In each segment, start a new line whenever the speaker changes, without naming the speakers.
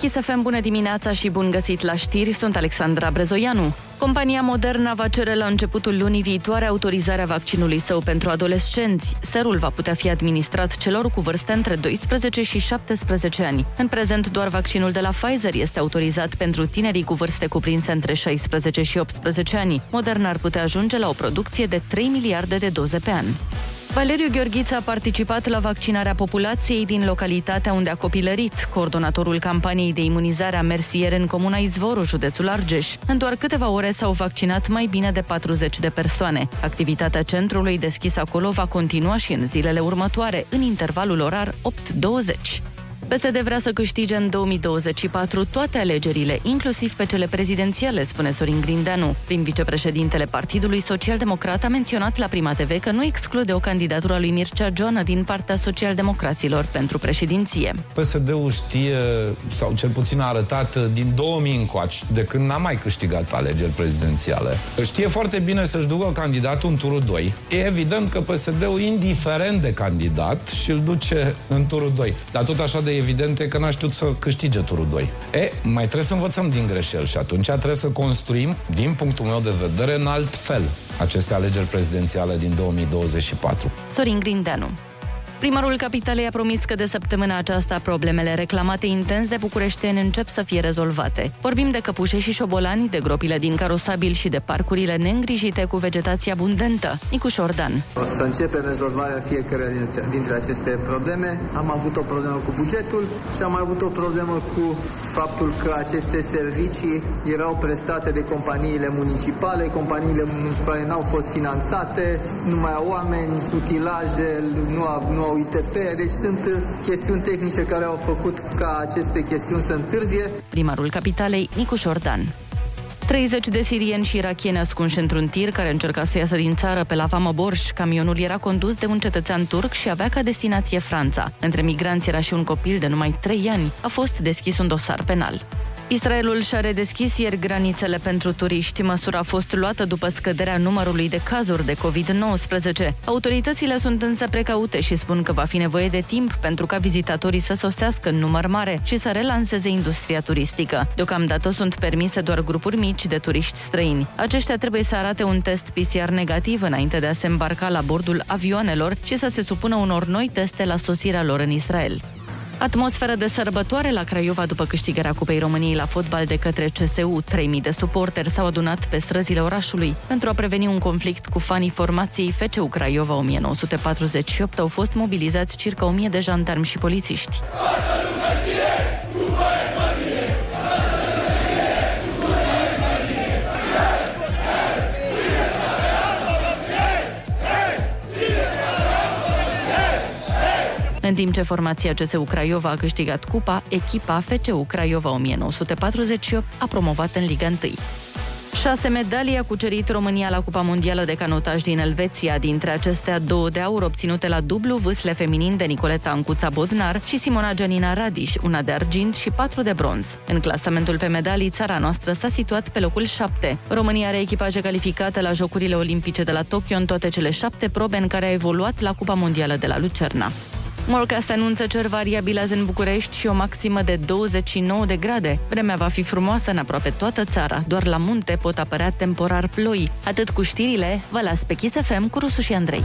Kiss FM, bună dimineața și bun găsit la știri, sunt Alexandra Brezoianu. Compania Moderna va cere la începutul lunii viitoare autorizarea vaccinului său pentru adolescenți. Serul va putea fi administrat celor cu vârste între 12 și 17 ani. În prezent, doar vaccinul de la Pfizer este autorizat pentru tinerii cu vârste cuprinse între 16 și 18 ani. Moderna ar putea ajunge la o producție de 3 miliarde de doze pe an. Valeriu Gheorghiță a participat la vaccinarea populației din localitatea unde a copilărit. Coordonatorul campaniei de imunizare a mers ieri în comuna Izvoru, județul Argeș. În doar câteva ore s-au vaccinat mai bine de 40 de persoane. Activitatea centrului deschis acolo va continua și în zilele următoare, în intervalul orar 8-20. PSD vrea să câștige în 2024 toate alegerile, inclusiv pe cele prezidențiale, spune Sorin Grindeanu. Prin vicepreședintele Partidului Social-Democrat a menționat la Prima TV că nu exclude o candidatură a lui Mircea Joana din partea socialdemocraților pentru președinție.
PSD-ul știe, sau cel puțin a arătat din 2000 încoace, de când n-a mai câștigat alegeri prezidențiale. Știe foarte bine să-și ducă candidatul în turul 2. E evident că PSD-ul, indiferent de candidat, și-l duce în turul 2. Dar tot așa de evident e că n-a știut să câștige turul 2. E, mai trebuie să învățăm din greșeli și atunci trebuie să construim, din punctul meu de vedere, în alt fel aceste alegeri prezidențiale din 2024.
Sorin Grindeanu Primarul Capitalei a promis că de săptămâna aceasta problemele reclamate intens de bucureșteni încep să fie rezolvate. Vorbim de căpușe și șobolani, de gropile din carosabil și de parcurile neîngrijite cu vegetație abundentă. Nicu Șordan.
O să începem rezolvarea fiecare dintre aceste probleme. Am avut o problemă cu bugetul și am avut o problemă cu faptul că aceste servicii erau prestate de companiile municipale, companiile municipale n-au fost finanțate, nu mai au oameni, utilaje, nu au, nu au ITP, deci sunt chestiuni tehnice care au făcut ca aceste chestiuni să întârzie.
Primarul Capitalei, Nicu Șordan. 30 de sirieni și irachieni ascunși într-un tir care încerca să iasă din țară pe la Vama Borș. Camionul era condus de un cetățean turc și avea ca destinație Franța. Între migranți era și un copil de numai 3 ani. A fost deschis un dosar penal. Israelul și-a redeschis ieri granițele pentru turiști. Măsura a fost luată după scăderea numărului de cazuri de COVID-19. Autoritățile sunt însă precaute și spun că va fi nevoie de timp pentru ca vizitatorii să sosească în număr mare și să relanseze industria turistică. Deocamdată sunt permise doar grupuri mici de turiști străini. Aceștia trebuie să arate un test PCR negativ înainte de a se îmbarca la bordul avioanelor și să se supună unor noi teste la sosirea lor în Israel. Atmosferă de sărbătoare la Craiova după câștigarea Cupei României la fotbal de către CSU. 3.000 de suporteri s-au adunat pe străzile orașului. Pentru a preveni un conflict cu fanii formației FCU Craiova 1948 au fost mobilizați circa 1.000 de jandarmi și polițiști. În timp ce formația CSU Craiova a câștigat cupa, echipa FCU Craiova 1948 a promovat în Liga 1. Șase medalii a cucerit România la Cupa Mondială de Canotaj din Elveția, dintre acestea două de aur obținute la dublu vâsle feminin de Nicoleta Ancuța Bodnar și Simona Janina Radiș, una de argint și patru de bronz. În clasamentul pe medalii, țara noastră s-a situat pe locul 7. România are echipaje calificate la Jocurile Olimpice de la Tokyo în toate cele șapte probe în care a evoluat la Cupa Mondială de la Lucerna. Morcast anunță cer variabil azi în București și o maximă de 29 de grade. Vremea va fi frumoasă în aproape toată țara, doar la munte pot apărea temporar ploi. Atât cu știrile, vă las pe Kiss FM cu Rusu și Andrei.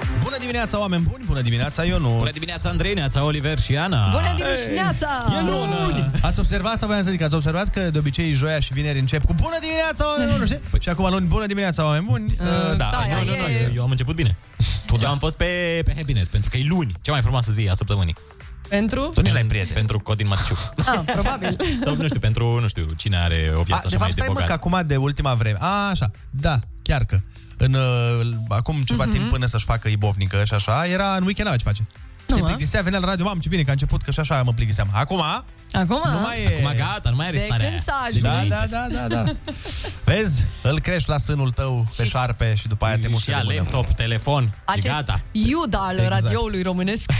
Bună dimineața, oameni buni! Bună dimineața, Ionut!
Bună dimineața, Andrei, neața, Oliver și Ana!
Bună dimineața!
E luni! Ați observat asta, voiam să zic, ați observat că de obicei joia și vineri încep cu Bună dimineața, oameni buni! știi? Și acum luni, Bună dimineața, oameni buni! Uh, da,
da,
Nu, nu, nu,
e-
eu, eu am început bine. Eu am fost pe, pe happiness, pentru că e luni, cea mai frumoasă zi a săptămânii.
Pentru?
tu nici l-ai prieten.
Pentru Codin Maticiu.
Ah, probabil.
Sau, nu știu, pentru, nu știu, cine are o
A,
viață
de
așa
fapt,
mai de
stai mă,
bogat.
că acum de ultima vreme. A, așa, da, chiar
Mhm.
că. În, uh, acum ceva timp până să-și facă ibovnică și așa, era în weekend, ce face? Se
Nu, a?
plictisea, venea la radio, mam, ce bine că a început, că și așa mă plictiseam. Acum,
Acum?
nu mai e...
Acum gata, nu mai are
De
starea
când
aia.
s-a
De
Da,
ajuns?
dinainte.
da, da, da, da. Vezi? Îl crești la sânul tău pe
Și-
șarpe și după aia te
Și
mușcă
ia
de mână.
laptop, telefon,
Acest
e gata.
Iuda al
Exact.
radioului românesc.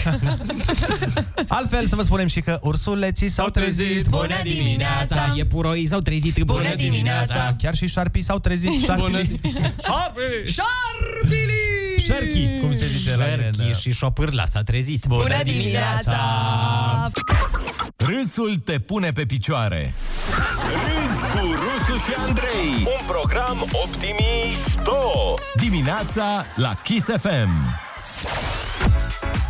Altfel să vă spunem și că ursuleții s-au trezit.
Bună dimineața!
Iepuroii s-au trezit.
Bună dimineața!
Chiar și șarpii s-au trezit. Șarpii. Șarpii!
Șarpili!
Șarchii, cum se zice la mine. da.
Șerchii și șopârla s-a trezit.
Bună dimineața!
Râsul te pune pe picioare.
Râzi cu Rusu și Andrei Un program optimișto
Dimineața la Kiss FM.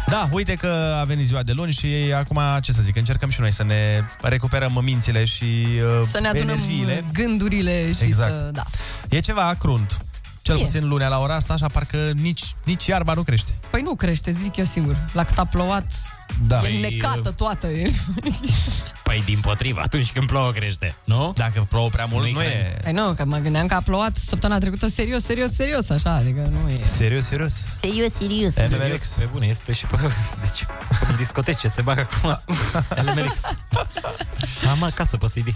Da, uite că a venit ziua de luni și acum, ce să zic, încercăm și noi să ne recuperăm mințile și uh,
Să ne adunăm
energiile.
gândurile și
Exact.
să... Da.
E ceva crunt. Cel
E.
puțin lunea la ora asta, așa parcă nici, nici iarba nu crește.
Păi nu crește, zic eu singur. La cât a plouat,
Da.
e necată toată. E...
Păi din potriva, atunci când plouă crește, nu?
Dacă plouă prea mult,
Nu-i
nu e...
Păi nu, că mă gândeam că a plouat săptămâna trecută serios, serios, serios, așa, adică nu e...
Serios, serios.
Serios, serios.
MLX.
Pe bune, este și pe... Deci, în discotece se bagă acum. LMRX. Am acasă pe CD.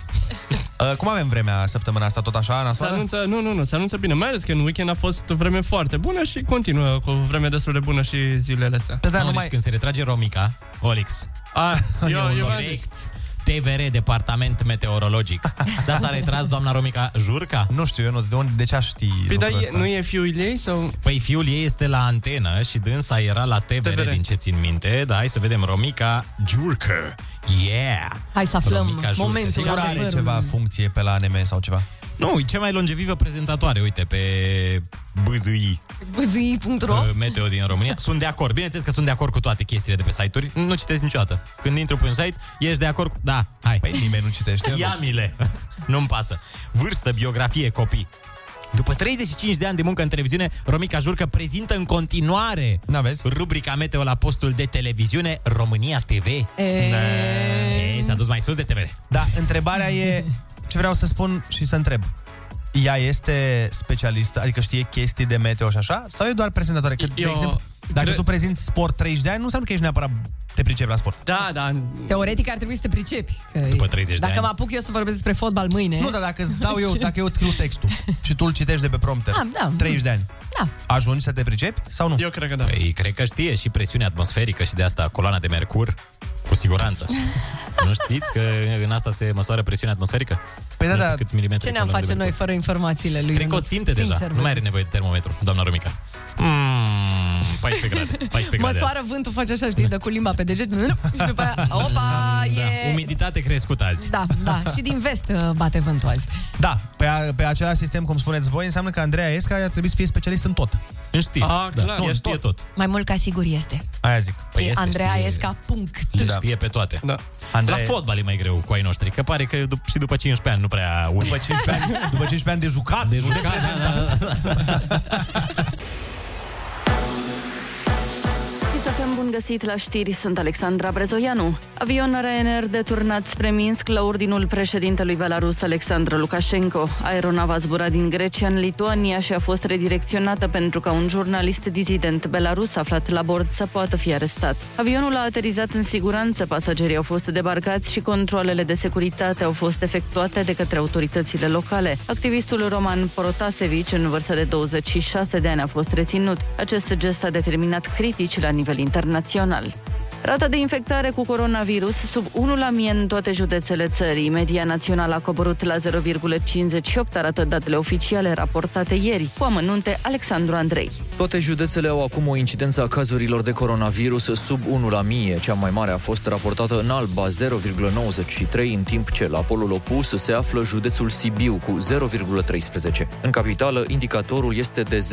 Uh, cum avem vremea săptămâna asta, tot așa,
Se
nasoală?
anunță, nu, nu, nu, se anunță bine, mai ales că în weekend a fost vreme foarte bună și continuă cu vreme destul de bună și zilele astea.
Da, da,
Nu,
nu
deci
mai...
când se retrage Romica, Olix,
A, eu, eu v-am zis.
direct TVR, Departament Meteorologic. Da, s-a retras doamna Romica Jurca?
Nu știu, eu nu, de unde, de ce aș ști
Păi da,
lucrul
e,
ăsta?
nu e fiul ei sau...
Păi fiul ei este la antenă și dânsa era la TVR,
TVR.
din ce țin minte. Da, hai să vedem Romica Jurcă. Yeah!
Hai să aflăm
Romica Jurcă.
momentul
Sigur are
Deci Are
adevărului.
ceva funcție pe la ANM sau ceva?
Nu, e cea mai longevivă prezentatoare, uite, pe BZI,
Bzi.ro
uh, Meteo din România. Sunt de acord, bineînțeles că sunt de acord cu toate chestiile de pe site-uri. Nu citesc niciodată. Când intru pe un site, ești de acord cu... Da, hai.
Păi nimeni nu citește.
Iamile. Nu-mi pasă. Vârstă, biografie, copii. După 35 de ani de muncă în televiziune, Romica Jurcă prezintă în continuare
N-aveți?
rubrica Meteo la postul de televiziune România TV.
E...
E, s-a dus mai sus de TVR.
Da, întrebarea e ce vreau să spun și să întreb. Ea este specialistă, adică știe chestii de meteo și așa? Sau e doar prezentatoare? Că, de
Eu
exemplu, dacă
cred-
tu prezinți sport 30 de ani, nu înseamnă că ești neapărat te pricepi la sport.
Da, da,
Teoretic ar trebui să te pricepi. Că
După 30 Deci de
Dacă
ani.
mă apuc eu să vorbesc despre fotbal mâine...
Nu, dar dacă îți dau eu, dacă eu îți scriu textul și tu îl citești de pe prompter,
Ah, da.
30 de ani,
Da.
ajungi să te pricepi sau nu?
eu cred că da.
Păi, cred că știe și presiunea atmosferică și de asta coloana de mercur, cu siguranță. nu știți că în asta se măsoară presiunea atmosferică?
Păi da,
nu știu
da.
câți milimetri
Ce ne-am
coloana de
face noi
mercur.
fără informațiile lui
Cred că o
Ionuț?
simte deja.
Sincer,
nu mai are nevoie de termometru, doamna Romica. Mm, 14 grade. 14 grade
Măsoară vântul, face așa, știi, dă cu limba pe deget Și după aia, opa,
azi. Da.
e...
Umiditate crescută azi.
Da, da, și din vest uh, bate vântul azi.
Da, pe, a, pe același sistem, cum spuneți voi, înseamnă că Andreea Esca ar trebui să fie specialist în tot.
În știri.
Ah,
da.
clar.
Ea
În
știe tot.
Mai mult ca sigur este.
Aia zic.
e
Păi este,
Andreea
știe-
Esca, punct.
Le știe pe toate.
Da.
La
Andreea,
fotbal e mai greu cu ai noștri, că pare că dup- și după 15 ani nu prea unii.
după 15 ani, după 15 ani de jucat,
De jucat, da, da, da.
Și să fim bun găsit la știri, sunt Alexandra Brezoianu. Avion Ryanair deturnat spre Minsk la ordinul președintelui Belarus Alexandru Lukashenko. Aeronava a zburat din Grecia în Lituania și a fost redirecționată pentru ca un jurnalist dizident belarus aflat la bord să poată fi arestat. Avionul a aterizat în siguranță, pasagerii au fost debarcați și controlele de securitate au fost efectuate de către autoritățile locale. Activistul Roman Protasevici, în vârstă de 26 de ani, a fost reținut. Acest gest a determinat critici la nivel internațional. Rata de infectare cu coronavirus sub 1 la mie în toate județele țării. Media națională a coborât la 0,58, arată datele oficiale raportate ieri. Cu amănunte, Alexandru Andrei.
Toate județele au acum o incidență a cazurilor de coronavirus sub 1 la mie. Cea mai mare a fost raportată în Alba, 0,93, în timp ce la polul opus se află județul Sibiu cu 0,13. În capitală, indicatorul este de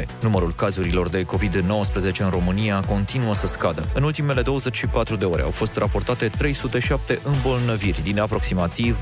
0,67. Numărul cazurilor de COVID-19 în România continuă să scadă. scadă. În ultimele 24 de ore au fost raportate 307 îmbolnăviri din aproximativ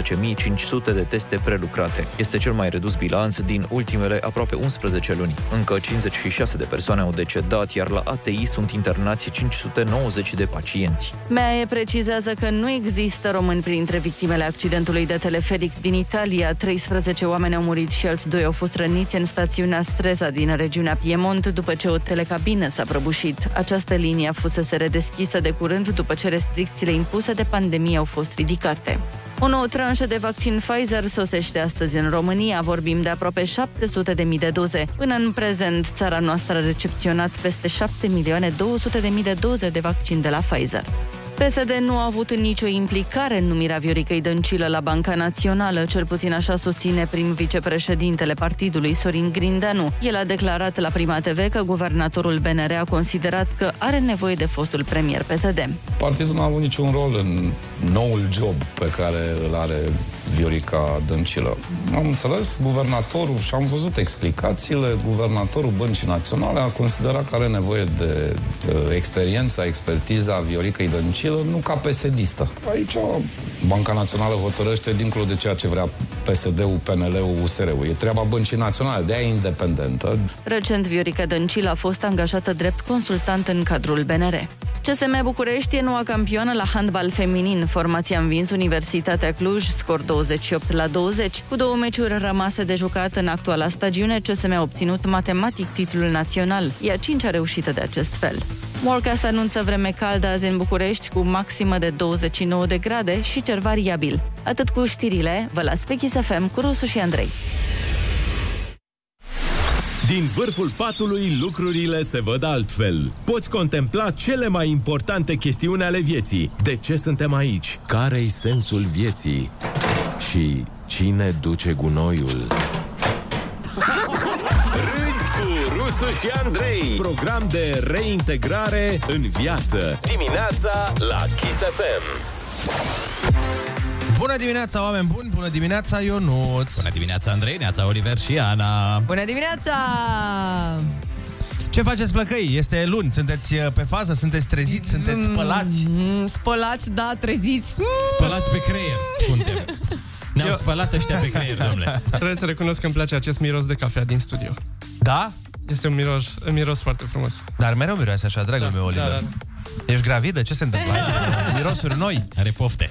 18.500 de teste prelucrate. Este cel mai redus bilanț din ultimele aproape 11 luni. Încă 56 de persoane au decedat, iar la ATI sunt internați 590 de pacienți.
MEAE precizează că nu există români printre victimele accidentului de teleferic din Italia. 13 oameni au murit și alți doi au fost răniți în stațiunea Stresa din regiunea Piemont după ce o telecabină s-a prăbușit. Această linie a fusese redeschisă de curând după ce restricțiile impuse de pandemie au fost ridicate. O nouă tranșă de vaccin Pfizer sosește astăzi în România. Vorbim de aproape 700.000 de doze. Până în prezent, țara noastră a recepționat peste 7 milioane 200 de mii de doze de vaccin de la Pfizer. PSD nu a avut nicio implicare în numirea Vioricăi Dăncilă la Banca Națională, cel puțin așa susține prim vicepreședintele partidului Sorin Grindeanu. El a declarat la Prima TV că guvernatorul BNR a considerat că are nevoie de fostul premier PSD.
Partidul n-a avut niciun rol în noul job pe care îl are Viorica Dăncilă. Am înțeles guvernatorul și am văzut explicațiile. Guvernatorul Băncii Naționale a considerat că are nevoie de uh, experiența, expertiza Vioricăi Dăncilă, nu ca psd Aici Banca Națională hotărăște dincolo de ceea ce vrea PSD-ul, PNL-ul, USR-ul. E treaba Băncii Naționale, de-aia e independentă.
Recent, Viorica Dăncilă a fost angajată drept consultant în cadrul BNR. CSM București e noua campioană la handbal feminin. Formația a învins Universitatea Cluj, scor 28 la 20. Cu două meciuri rămase de jucat în actuala stagiune, CSM a obținut matematic titlul național, ea cincea reușită de acest fel. Morcast anunță vreme caldă azi în București cu maximă de 29 de grade și cer variabil. Atât cu știrile, vă las pe Kiss FM cu Rusu și Andrei.
Din vârful patului lucrurile se văd altfel. Poți contempla cele mai importante chestiuni ale vieții. De ce suntem aici? Care-i sensul vieții? Și cine duce gunoiul?
Râzi cu Rusu și Andrei.
Program de reintegrare în viață.
Dimineața la Kiss FM.
Bună dimineața, oameni buni! Bună dimineața, Ionuț! Bună
dimineața, Andrei, neața, Oliver și Ana!
Bună dimineața!
Ce faceți, plăcăi? Este luni, sunteți uh, pe fază, sunteți treziți, sunteți
Mm.
spălați?
Mm, Spălați, da, treziți. Mm.
Spălați pe creier. Ne-au spălat ăștia pe creier, domnule.
Trebuie să recunosc că îmi place acest miros de cafea din studio.
Da?
Este un miros, un miros foarte frumos.
Dar mereu miroase așa, dragul meu, Oliver.
da,
Ești gravidă? Ce se întâmplă? Ai Mirosuri noi?
Are pofte.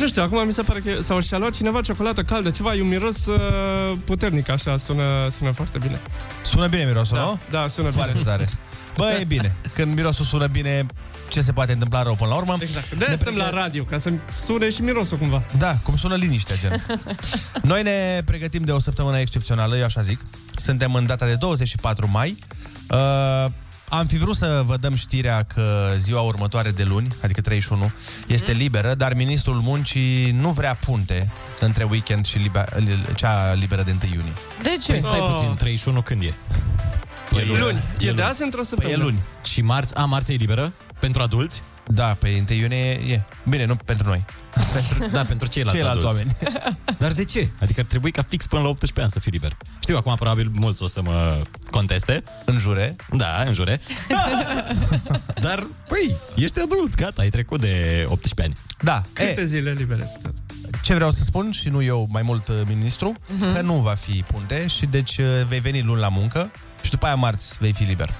Nu știu, acum mi se pare că sau și-a luat cineva ciocolată caldă, ceva, e un miros uh, puternic, așa, sună, sună foarte bine.
Sună bine mirosul,
da,
nu?
Da, sună
Foarte
bine.
tare. Bă, e bine. Când mirosul sună bine, ce se poate întâmpla rău până la urmă?
Exact. De suntem la radio, ca să sune și mirosul cumva.
Da, cum sună liniștea, gen. Noi ne pregătim de o săptămână excepțională, eu așa zic. Suntem în data de 24 mai. Uh, am fi vrut să vă dăm știrea că ziua următoare de luni, adică 31, este liberă, dar ministrul muncii nu vrea punte între weekend și liber, cea liberă de 1 iunie.
De
Păi stai puțin, 31 când e?
E Păi luni. E de azi într-o săptămână.
Păi e luni. Și marți, a, marți e liberă? Pentru adulți?
Da, pe 1 iunie e. Bine, nu pentru noi.
Pentru, da, pentru ceilalți,
Ceilalți
adulți.
oameni.
Dar de ce? Adică ar trebui ca fix până la 18 ani să fii liber. Știu, acum probabil mulți o să mă conteste.
În jure?
Da, în jure. Dar, păi, ești adult, gata, ai trecut de 18 ani.
Da.
Câte zile libere sunt?
Ce vreau să spun, și nu eu, mai mult uh, ministru,
Mhm.
că nu va fi punte și deci uh, vei veni luni la muncă și după aia marți vei fi liber.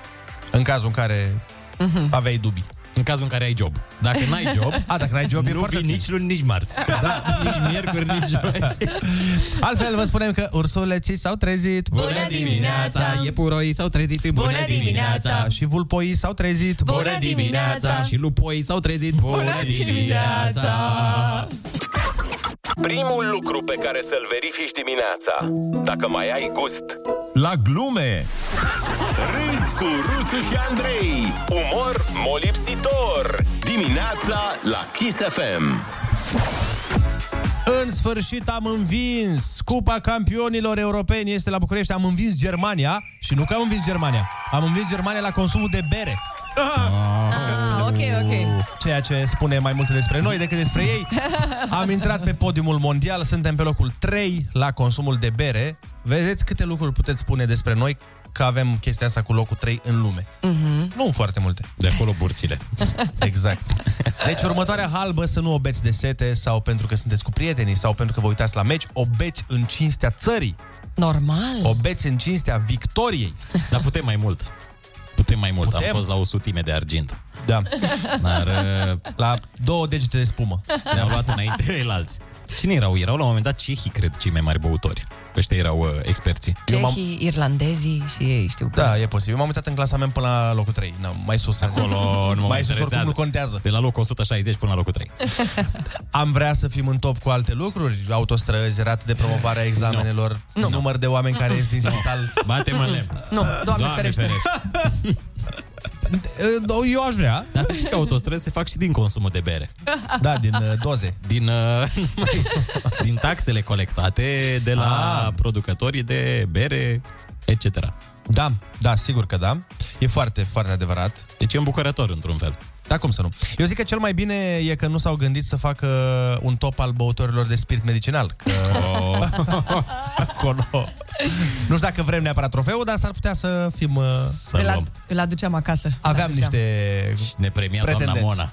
În cazul în care
Mhm.
aveai dubii.
În cazul în care ai job. Dacă n-ai job,
A, dacă n-ai job, e
nu
foarte
vii nici luni, nici marți. Da. nici miercuri, nici joi.
Altfel vă spunem că ursuleții s-au trezit.
Bună dimineața! Iepuroii s-au trezit. Bună dimineața!
Și vulpoii s-au trezit.
Bună dimineața! Și lupoii s-au trezit. Bună dimineața!
Primul lucru pe care să-l verifici dimineața, dacă mai ai gust.
La glume!
Râzi cu Rusu și Andrei. Umor molipsitor. Dimineața la Kiss FM.
În sfârșit am învins Cupa Campionilor Europeni este la București. Am învins Germania și nu că am învins Germania. Am învins Germania la consumul de bere.
Ah, ok, ok.
Ceea ce spune mai multe despre noi decât despre ei. Am intrat pe podiumul mondial, suntem pe locul 3 la consumul de bere. Vedeți câte lucruri puteți spune despre noi că avem chestia asta cu locul 3 în lume.
Mhm.
Nu foarte multe. De acolo burțile. exact. Deci următoarea halbă să nu obeți de sete sau pentru că sunteți cu prietenii sau pentru că vă uitați la meci, obeți în cinstea țării.
Normal.
Obeți în cinstea victoriei.
Dar putem mai mult. Putem mai mult. Putem? Am fost la o sutime de argint.
Da.
Dar...
La două degete de spumă.
Ne-am luat înainte de alți. Cine erau? Erau la un moment dat cehii, cred, cei mai mari băutori. Ăștia erau uh, experții.
Cehii, irlandezii și ei, știu.
Da, e posibil. Eu m-am uitat în clasament până la locul 3. No, mai sus.
Acolo nu mă
mai sus oricum
interesează.
nu contează.
De la locul 160 până la locul 3.
Am vrea să fim în top cu alte lucruri, autostrăzi, rate de promovare a examenelor, no. număr de oameni care ies din spital.
Bate-mă în lemn.
Nu, doamne, doamne ferește.
Eu aș vrea.
Dar să știi că autostrăzi se fac și din consumul de bere.
Da, din uh, doze.
Din, uh, din taxele colectate de la ah. producătorii de bere, etc.
Da, da, sigur că da. E foarte, foarte adevărat.
Deci e îmbucurător, într-un fel.
Da, cum să nu? Eu zic că cel mai bine e că nu s-au gândit să facă un top al băutorilor de spirit medicinal. Că...
Oh.
Acolo. Nu știu dacă vrem neapărat trofeul, dar s-ar putea să fim... uh, Să
Îl, ad- îl aduceam acasă. Îl
Aveam
aduceam.
niște...
Și ne premia
Pretendenți.
doamna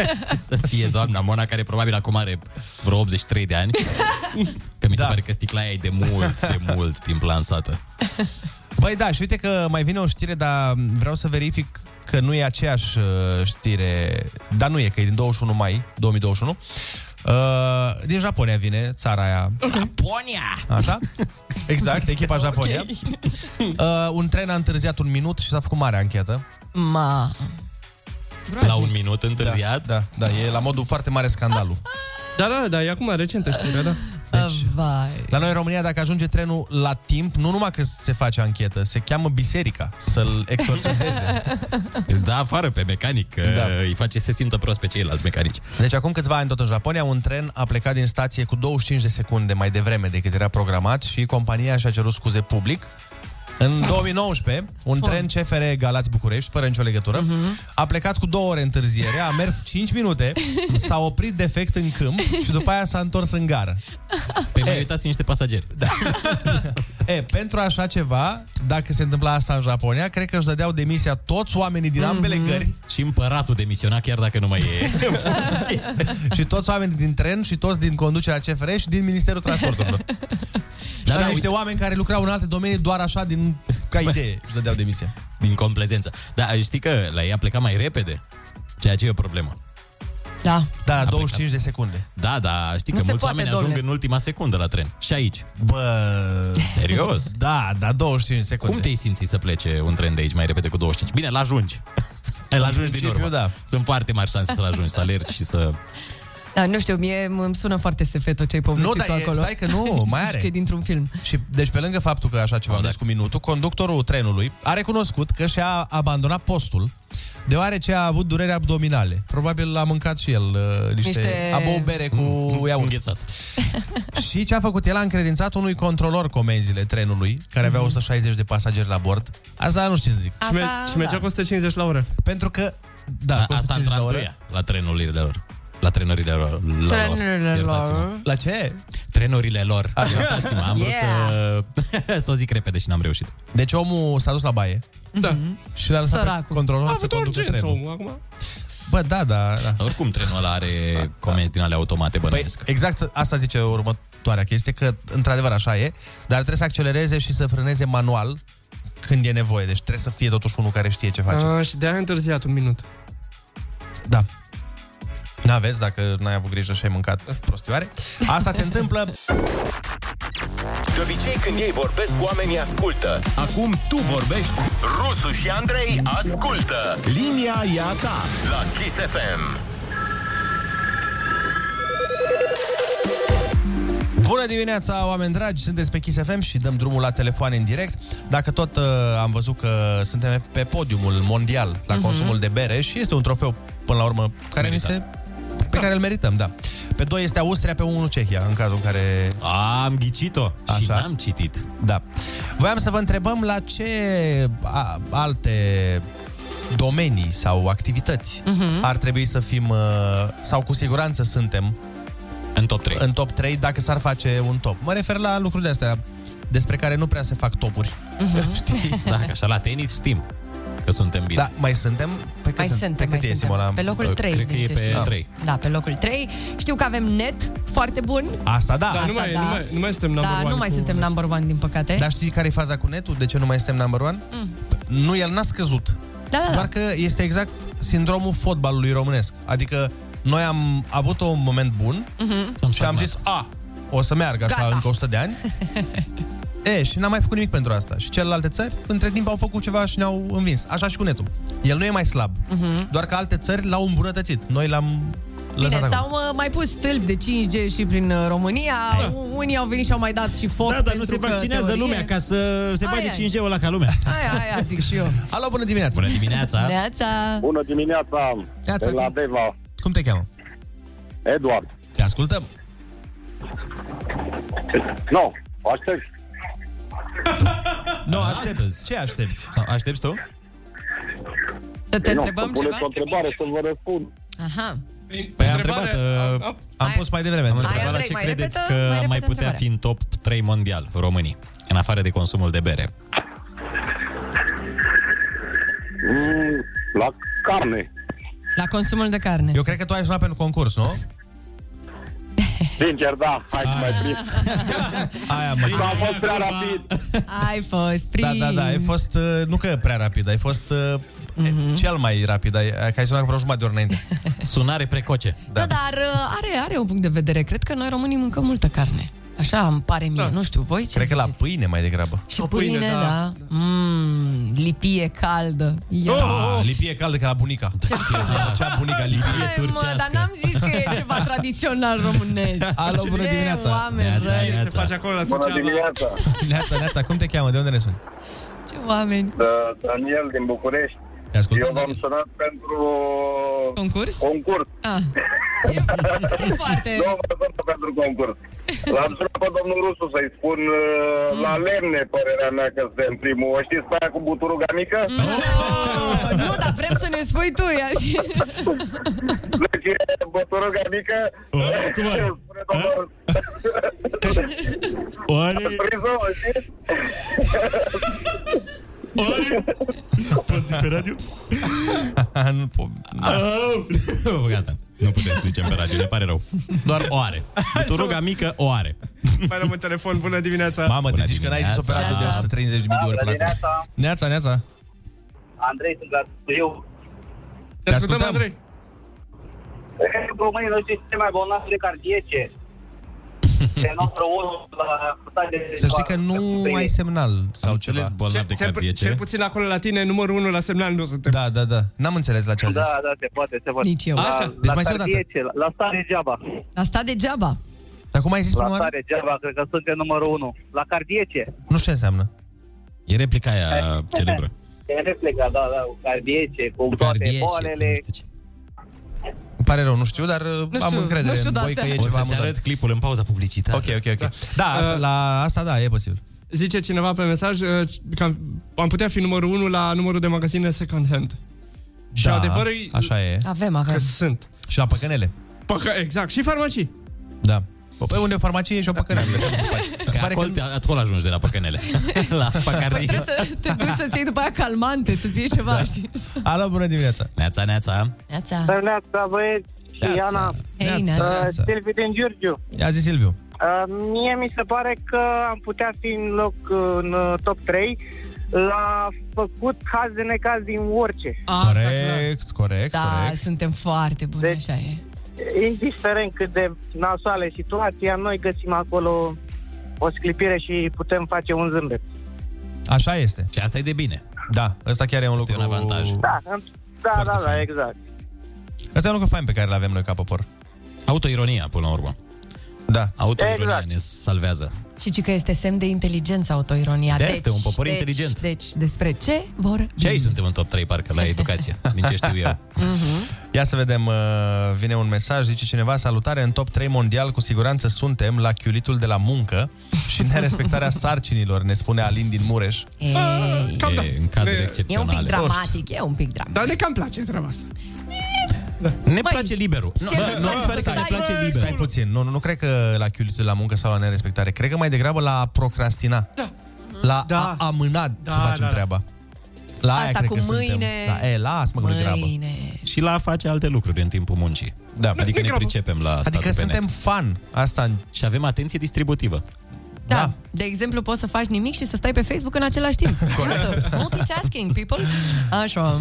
Mona. să fie doamna Mona, care probabil acum are vreo 83 de ani. Că mi se da. pare că sticla aia e de mult, de mult timp lansată.
Băi, da, și uite că mai vine o știre, dar vreau să verific că nu e aceeași uh, știre, dar nu e, că e din 21 mai 2021. Uh, din Japonia vine, țara aia,
Japonia!
așa? Exact, echipa Japonia. Uh, un tren a întârziat un minut și s-a făcut mare anchetă.
Ma.
La un minut întârziat.
Da, da, e la modul foarte mare scandalul.
Da, da, da, e acum recentă știrea, da.
Deci... Vai.
La noi în România, dacă ajunge trenul la timp, nu numai că se face anchetă, se cheamă biserica să-l exorcizeze.
Da, afară pe mecanic, da.
Da.
îi face să se simtă prost pe ceilalți mecanici.
Deci acum câțiva ani tot în Japonia, un tren a plecat din stație cu 25 de secunde mai devreme decât era programat și compania și-a cerut scuze public. În 2019, un tren CFR Galați București, fără nicio legătură,
Mhm.
a plecat cu două ore întârziere, a mers 5 minute, s-a oprit defect în câmp și după aia s-a întors în gară.
Pe Păi mai uitați niște pasageri. Da.
E, pentru așa ceva, dacă se întâmpla asta în Japonia, cred că își dădeau demisia toți oamenii din ambele
Mhm.
gări
Și împăratul demisiona chiar dacă nu mai e în funcție.
și toți oamenii din tren și toți din conducerea CFR și din Ministerul Transporturilor.
Da,
Dar
da,
și niște oameni care lucrau în alte domenii doar așa, din, ca idee, își dădeau demisia.
Din complezență. Da, știi că la ei a plecat mai repede, ceea ce e o problemă.
Da.
Da, 25 de secunde.
Da, da, știi
Nu
că mulți
se poate,
oameni
domne.
ajung în ultima secundă la tren. Și aici.
Bă...
Serios?
Da, da, 25 de secunde.
Cum te-ai simțit să plece un tren de aici mai repede cu 25? Bine, l-ajungi. Îl ajungi din
principiu,
urmă.
da.
Sunt foarte mari șanse să-l ajungi, să alergi și să...
da. Nu știu, mie m- îmi sună foarte SF tot ce
Nu,
ai povestit
dar
tu
e,
acolo.
stai că nu, mai
Zici că e
are.
dintr-un film.
Și, deci, pe lângă faptul că așa ceva no, cu minutul, conductorul trenului a recunoscut că și-a abandonat postul deoarece a avut dureri abdominale. Probabil a mâncat și el uh, niște...
Niște-
niște... A băut bere cu iaurt.
Mm, Înghețat.
Și ce a făcut? El a încredințat unui controlor comenzile trenului, care avea 160 de pasageri la bord. Mhm. Asta da. nu știu ce zic.
Și, me- și mergea cu 150 la oră.
Pentru că... Da,
Da,
cum
asta
să
în
zici, la oră?
trandoia, la trenurile lor. La trenurile lor.
Trenurile
Iertați-mă.
lor.
La ce?
Trenurile lor. Iertați-mă, am vrut
Yeah.
să, să o zic repede și n-am reușit.
Deci omul s-a dus la baie
Da.
și l-a lăsat
Săracul.
pe controlor
A
să
avut o
conducă
urgență
trenul.
omul acum.
Bă, da, da. da.
Dar oricum trenul ăla are comenzi din alea automate,
Păi,
bănuiesc.
exact asta zice următoarea chestie, că într-adevăr așa e, dar trebuie să accelereze și să frâneze manual când e nevoie. Deci trebuie să fie totuși unul care știe ce face.
A, și de-aia a întârziat un minut.
Da. N-aveți dacă n-ai avut grijă și ai mâncat prostioare. Asta se întâmplă.
De obicei, când ei vorbesc, oamenii ascultă. Acum tu vorbești. Rusu și Andrei ascultă. Linia e a ta la Kiss FM.
Bună dimineața, oameni dragi! Sunteți pe Kiss FM și dăm drumul la telefoane în direct. Dacă tot uh, am văzut că suntem pe podiumul mondial la consumul de bere și este un trofeu, până la urmă, care ni
Meritat.
se, pe care îl merităm, da. Pe 2 este Austria, pe 1 Cehia, în cazul în care...
Am ghicit-o și
Așa.
n-am citit.
Da. Voiam să vă întrebăm la ce a, alte domenii sau activități
Mhm.
ar trebui să fim, uh, sau cu siguranță suntem,
În top 3.
în top 3 dacă s-ar face un top. Mă refer la lucrurile astea despre care nu prea se fac topuri.
Mhm.
Știi?
Da, că așa la tenis știm că suntem bine.
Da, mai suntem? Pe cât
Mai
sunt-
suntem,
pe
mai
cât e,
suntem.
Simona?
Pe locul 3. Da, pe locul 3. Știu că avem net foarte bun.
Asta da.
Asta da. Da, nu mai suntem number one, din păcate.
Dar știi care e faza cu netul? De ce nu mai suntem number one?
Mm.
Nu, el n-a scăzut.
Da, da, da.
Doar că este exact sindromul fotbalului românesc. Adică noi am avut un moment bun
Mhm.
și am zis, a, o să meargă așa
Gata.
încă 100 de ani. E, și n-am mai făcut nimic pentru asta. Și celelalte țări, între timp, au făcut ceva și ne-au învins. Așa și cu netul. El nu e mai slab.
Mhm.
Doar că alte țări l-au îmbunătățit. Noi l-am lăsat
Bine,
acolo.
s-au uh, mai pus stâlpi de 5G și prin uh, România.
Da.
U- Unii au venit și au mai dat și foc
Da, dar nu se
pentru că
vaccinează
teorie.
lumea ca să se
Ai,
bage
ai.
5G-ul ăla ca lumea.
Aia, aia zic și eu.
Alo, bună dimineața!
Bună
Da.
dimineața!
Neața.
Bună dimineața!
Neața,
de la
cum-
Deva,
Cum te cheamă?
Eduard.
Te ascultăm.
Nu, no, aștept.
Nu, aștept. Ce aștepți?
Aștepți tu?
Să te
Ei, nu,
întrebăm
să puneți
ceva?
o întrebare să vă răspund.
Aha.
Păi am întrebat, uh, am pus mai devreme. Am
Întrebat
Andrei,
la ce
mai
credeți
repetă- mai
că mai,
repetă
putea
întrebarea.
fi în top 3 mondial românii, în afară de consumul de bere.
Mm, la carne.
La consumul de carne.
Eu cred că tu ai sunat pentru concurs, nu?
Sincer, da, hai
Ah.
să mai prins.
Aia, mă.
Am fost prea rapid.
Ai fost
Da,
prins.
da, da, ai fost, uh, nu că prea rapid, ai fost uh, cel mai rapid, ai, ai- că ai sunat vreo jumătate de ori înainte.
Sunare precoce.
Da, dar uh, are, are un punct de vedere. Cred că noi românii mâncăm multă carne. Așa îmi pare mie, nu știu, voi ce
Cred că
ziceți?
la pâine mai degrabă.
Și pâine, da. da. Mm, lipie caldă. Ia.
Da, lipie caldă ca la bunica. Ce Cea bunica lipie
Hai, mă, dar
turcească.
n-am zis că e ceva tradițional românesc.
Alo, bună
Ce
dimineața.
oameni
Neața,
răi.
neața.
Face acolo la
Bună
Suceava.
dimineața.
Neața, Neața, cum te cheamă? De unde ne suni?
Ce oameni.
Da, Daniel din București.
Te ascultăm?
Eu v-am sunat pentru
Concurs?
concurs.
Ah. Este foarte...
Nu vă sunt pentru concurs. L-am sunat pe domnul Rusu să-i spun uh, la
Mm.
lemne părerea mea că suntem primul. O știți pe aia cu buturuga mică?
Mm. Oh, nu, dar vrem să ne spui tu, ia zi.
Deci e buturuga mică.
cum ar-
Spune domnul
Oare,
Rusu, o știți?
oare... Poți zic pe radio?
nu po-
É.
Au! Gata, nu putem să zicem pe radio, ne pare rău. Doar oare. Buturuga mică, oare.
Mai luăm un telefon. Bună dimineața.
Mamă, te
Bună
zici că n-ai zis
dimineața.
operatul de 130.000 de ori până acum.
dimineața.
Neața, Neața.
Andrei, sunt la studiu.
Te ascultăm,
ascultăm.
Andrei.
Cred că românii noștri sunt cei mai bolnavi de cardiece. Se noastră unul la curtaj de
Să știi că nu ai semnal sau
Înțeles,
ceva.
bolnav de
Cel, pu-
cardiece.
cel puțin acolo la tine, numărul 1 la semnal nu suntem.
Da, da, da. N-am înțeles la ce a zis.
Da, da, se poate, se poate.
Nici eu.
La,
Așa.
la
Deci mai zi o dată.
cardiece, la, la stare degeaba.
A stat degeaba.
Dar cum ai zis
La
prima oară?
stare degeaba, cred că suntem numărul 1. La cardiece.
Nu știu ce înseamnă.
E replica aia celebră.
Se refleca, da, da, cu cardiece, cu toate
Cardiece,
bolele.
cum știu ce.
Îmi pare rău, nu știu, dar nu am
știu,
încredere
nu știu
în
de
voi că
astea.
e
O
ceva
să-ți
amuzant.
arăt clipul în pauza publicitară.
Ok, ok, ok. Da, asta- la asta da, e posibil.
Uh, Zice cineva pe mesaj uh, că am- am putea fi numărul 1 la numărul de magazine second hand. Și
da,
adevărul e-
Așa e.
Avem, avem.
Că sunt.
Și la păcănele.
Păcă, exact. Și farmacii.
Da. Păi unde e farmacie e și o păcănele. mi se pare. Mi se
Că
pare
acolo,
că Păi
te- acolo ajungi de la păcănele. la
Trebuie
păcardii.
să te duci să-ți iei după aia calmante, să-ți iei ceva, da. știi?
Alo, bună dimineața.
Neața, neața.
Neața.
Dimineața, băieți, și Ana,
Hei,
Neața.
Neața.
Neața.
Silviu din Giurgiu.
Ia zi, Silviu.
Uh, Mie mi se pare că am putea fi în loc uh, în uh, top 3 la făcut caz de necaz din orice.
Asta, clar.
Corect, corect,
Da,
corect.
suntem foarte buni,
Deci-
așa e.
Indiferent cât de nasoală e situația, noi găsim acolo o sclipire și putem face un zâmbet.
Așa este.
Și asta e de bine.
Da, ăsta chiar e un
Este
lucru...
un avantaj.
Da, în- da,
Foarte
da,
fain.
da, exact.
Ăsta e un lucru fain pe care îl avem noi ca popor.
Autoironia, până la urmă.
Da.
Autoironia
Exact.
ne salvează.
Și ci că este semn de inteligență autoironia.
De-aia este un popor
deci,
inteligent.
Deci, despre ce vor...
Și
Mm.
aici suntem în top 3, parcă, la educație, din ce știu eu.
Mhm.
Ia să vedem, uh, vine un mesaj, zice cineva, salutare, în top 3 mondial cu siguranță suntem la chiulitul de la muncă și nerespectarea sarcinilor, ne spune Alin din Mureș.
Ei,
Cam da.
E, în cazuri
e
Ne-
un pic
excepționale.
dramatic, e un pic dramatic.
Dar ne cam place treaba asta.
Ne place liberul. Nu,
Bă,
nu, mi se pare că ne place liberul.
Stai puțin, nu, nu, nu cred că la chiulitul la muncă sau la nerespectare. Cred că mai degrabă la a procrastina. Da. La da. a amâna da, să facem da, da. treaba. La aia
Asta
cred
cu
că
mâine.
Suntem. Da, e, lasă-mă că nu grabă.
Și la a face alte lucruri în timpul muncii.
Da. Nu
Adică
e
ne
grabă.
pricepem la
Adică
statul pe
suntem
net.
fan. Asta...
Și avem atenție distributivă.
Da. da. De exemplu, poți să faci nimic și să stai pe Facebook în același timp. Corect. Multitasking, people. Așa.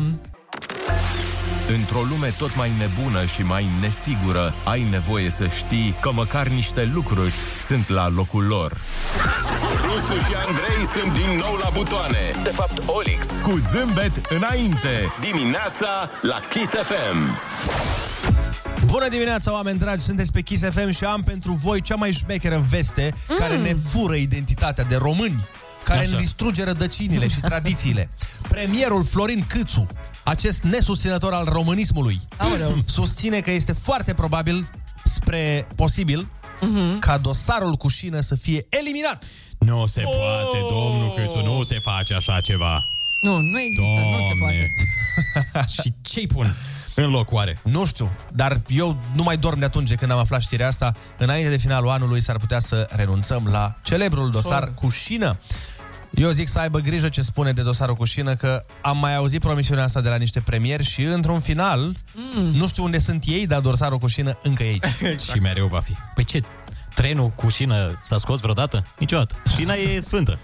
Într-o lume tot mai nebună și mai nesigură, ai nevoie să știi că măcar niște lucruri sunt la locul lor. Rusu și Andrei sunt din nou la butoane. De fapt, Olix. Cu zâmbet înainte. Dimineața la Kiss FM.
Bună dimineața, oameni dragi! Sunteți pe Kiss FM și am pentru voi cea mai șmecheră veste mm. care ne fură identitatea de români, care
Așa.
ne distruge rădăcinile și tradițiile. Premierul Florin Câțu, acest nesusținător al românismului, susține că este foarte probabil spre posibil ca dosarul cu șină să fie eliminat.
Nu se
Oh!
poate, domnul Câțu, nu se face așa ceva.
Nu, nu există, nu se poate.
și ce-i pun în loc oare?
Nu știu, dar eu nu mai dorm de atunci de când am aflat știrea asta. Înainte de finalul anului s-ar putea să renunțăm la celebrul dosar
Oh.
cu șină. Eu zic să aibă grijă ce spune de dosarul cu șină, că am mai auzit promisiunea asta de la niște premieri și într-un final, mm. nu știu unde sunt ei, dar dosarul cu șină încă ei.
Exact. Și mereu va fi. Păi ce, trenul cu șină s-a scos vreodată? Niciodată. Șina e sfântă.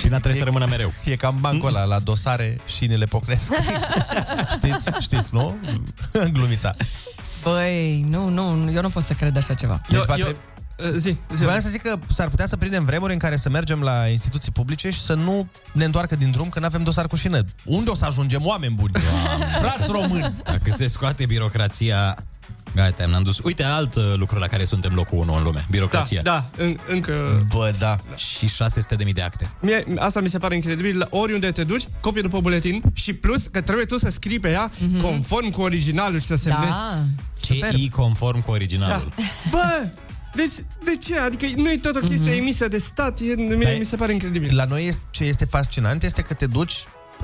Șina trebuie să rămână mereu.
E cam bancul ăla, la dosare șinele pocnesc. știți, știți, nu? Glumița.
Băi, nu, nu, eu eh, nu pot să cred așa ceva.
Deci va tre-
Eh, Zi, zi.
Vreau să
assim.
zic că s-ar putea să prindem vremuri în care să mergem la instituții publice și să nu ne întoarcă din drum că nu avem dosar cu șină. Unde o să ajungem, oameni buni? Frați români!
Dacă se scoate birocrația... Gata, am dus. Uite alt uh, lucru la care suntem locul 1 în lume. Birocrația.
Da, da în, încă...
Bă, da.
Și 600.000 de acte.
Mie, asta mi se pare incredibil. La Oriunde te duci, copii după buletin și plus că trebuie tu să scrii pe ea mm-hmm. conform cu originalul și să semnezi.
Ce i conform cu originalul.
Bă, deci de ce? Adică nu e tot o chestie mm-hmm. emisă de stat, e, mie,
Păi-
mi se pare incredibil.
La noi este, ce este fascinant este că te duci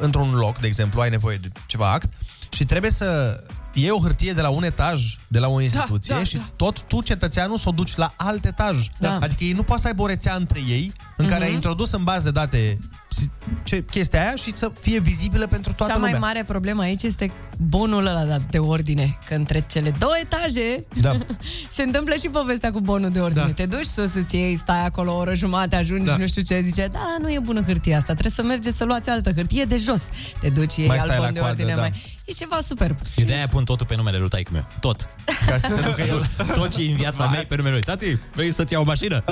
într-un loc, de exemplu, ai nevoie de ceva act și trebuie să iei o hârtie de la un etaj, de la o instituție da,
da,
da, și
da.
tot tu, cetățeanul, să o duci la alt etaj.
Da.
Adică ei nu poate să aibă o rețea între ei în
Mhm.
care ai introdus în bază de date s- ce, chestia aia și să fie vizibilă pentru toată
Cea mai
lumea.
mare problemă aici este bonul ăla dat de ordine. Că între cele două etaje
Da.
se întâmplă și povestea cu bonul de ordine.
Da.
Te duci sus, îți iei, stai acolo o oră jumate, ajungi,
Da.
da. nu știu ce, zice, da, nu e bună hârtia asta, trebuie să mergeți să luați altă hârtie de jos. Te duci, iei
Mai
alt
stai
bon
la
de
coadă,
ordine.
da.
Mai... E ceva superb.
Eu de-aia pun totul pe numele lui taică meu. Tot.
Da. Ca să se ducă el.
Tot ce e în viața mea e pe numele lui. Tati, vrei să-ți iau o mașină?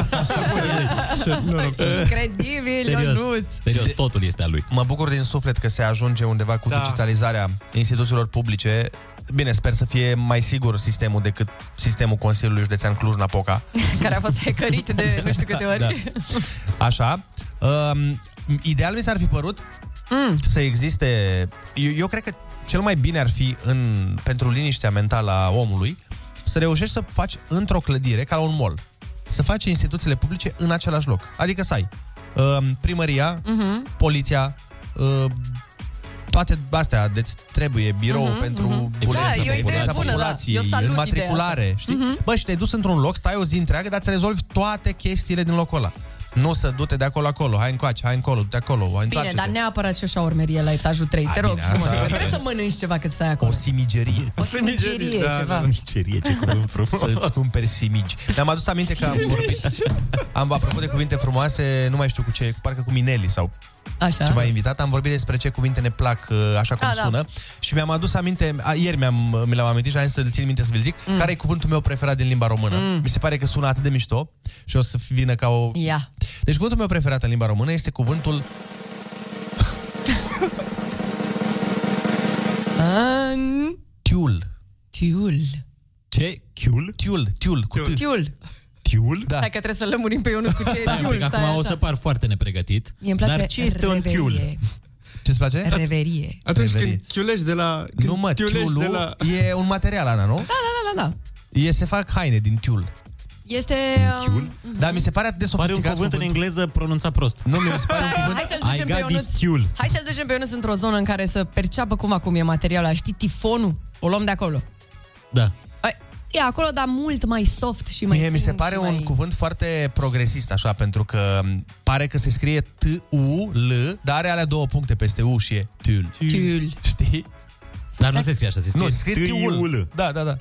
Incredibil,
Serios.
Ionuț.
Serios, totul este al lui.
Mă bucur din suflet că se ajunge undeva cu da. digitalizarea instituțiilor publice. Bine, sper să fie mai sigur sistemul decât sistemul Consiliului Județean Cluj-Napoca.
Care a fost hackerit de nu știu câte ori.
Da. Așa. Um, ideal mi s-ar fi părut mm. să existe... Eu, eu cred că cel mai bine ar fi în, pentru liniștea mentală a omului să reușești să faci într-o clădire, ca la un mall, să faci instituțiile publice în același loc. Adică să ai um, primăria,
Mhm.
poliția, uh, toate astea, deci trebuie birou
Mhm,
pentru
mhm.
buletin,
Da, e o idee
buletin,
bună, da.
populației,
Eu salut ideea
înmatriculare,
asta.
știi?
Mhm.
Bă, și te-ai dus într-un loc, stai o zi întreagă, dar îți rezolvi toate chestiile din locul ăla. Nu să du-te de acolo acolo, hai încoace, hai încolo, de acolo, hai
Bine,
întoarce
dar neapărat și o șaurmerie la etajul 3, te rog
bine,
frumos,
asta-
că trebuie să mănânci ceva cât stai acolo. O
simigerie.
O simigerie, ceva.
Simigerie, Da, ce cuvânt frumos.
Să-ți cumperi simigi. Ne-am adus aminte că am vorbit. Am, apropo de cuvinte frumoase, nu mai știu cu ce, parcă cu Mineli sau
Așa.
ce m-a invitat, am vorbit despre ce cuvinte ne plac uh, așa cum
Da,
da,
da.
sună da. și mi-am adus aminte, a, ieri mi-am, uh, mi l-am amintit și am zis să-l țin minte să-l zic, mm. care e cuvântul meu preferat din limba română.
Mm.
Mm. Mi se pare că sună atât de mișto și o să vină ca o...
Ia.
Deci cuvântul meu preferat în limba română este cuvântul
An...
Tiul.
Tiul.
Ce? Tiul?
Tiul, tiul, cu T.
Tiul.
Tiul?
Da. Hai că trebuie să lămurim pe Ionuț cu ce e
Stai, un
tiul.
pic,
Stai
acum
așa.
o să par foarte nepregătit.
Mie îmi place
Dar ce este un
reverie.
tiul?
Ce-ți place?
Reverie.
Atunci când chiulești de la... Când
Nu mă,
chiulești
tiulul
de la...
e un material, Ana, nu?
Da, da, da, da, da.
E, se fac haine din tiul.
Este... um,
Dar mi se pare atât de
Pare un
sofisticat
cuvânt în engleză pronunțat prost.
Nu, mi se pare un cuvânt...
Hai să-l ducem pe
I got
Ionuț.
this tiul.
Hai să-l ducem pe Ionuț într-o zonă în care să perceapă cum acum e materialul ăla. Știi tifonul? o luăm de acolo.
Da.
Ai, E acolo, dar mult mai soft și mai
Mie mi se
pink
pare
și
un
mai...
cuvânt foarte progresist, așa, pentru că m, pare că se scrie T-U-L, dar are alea două puncte peste U și e Tul.
Tul.
Știi?
Dar nu se scrie așa, se scrie,
Nu, se scrie T-U-L. Da, da, da.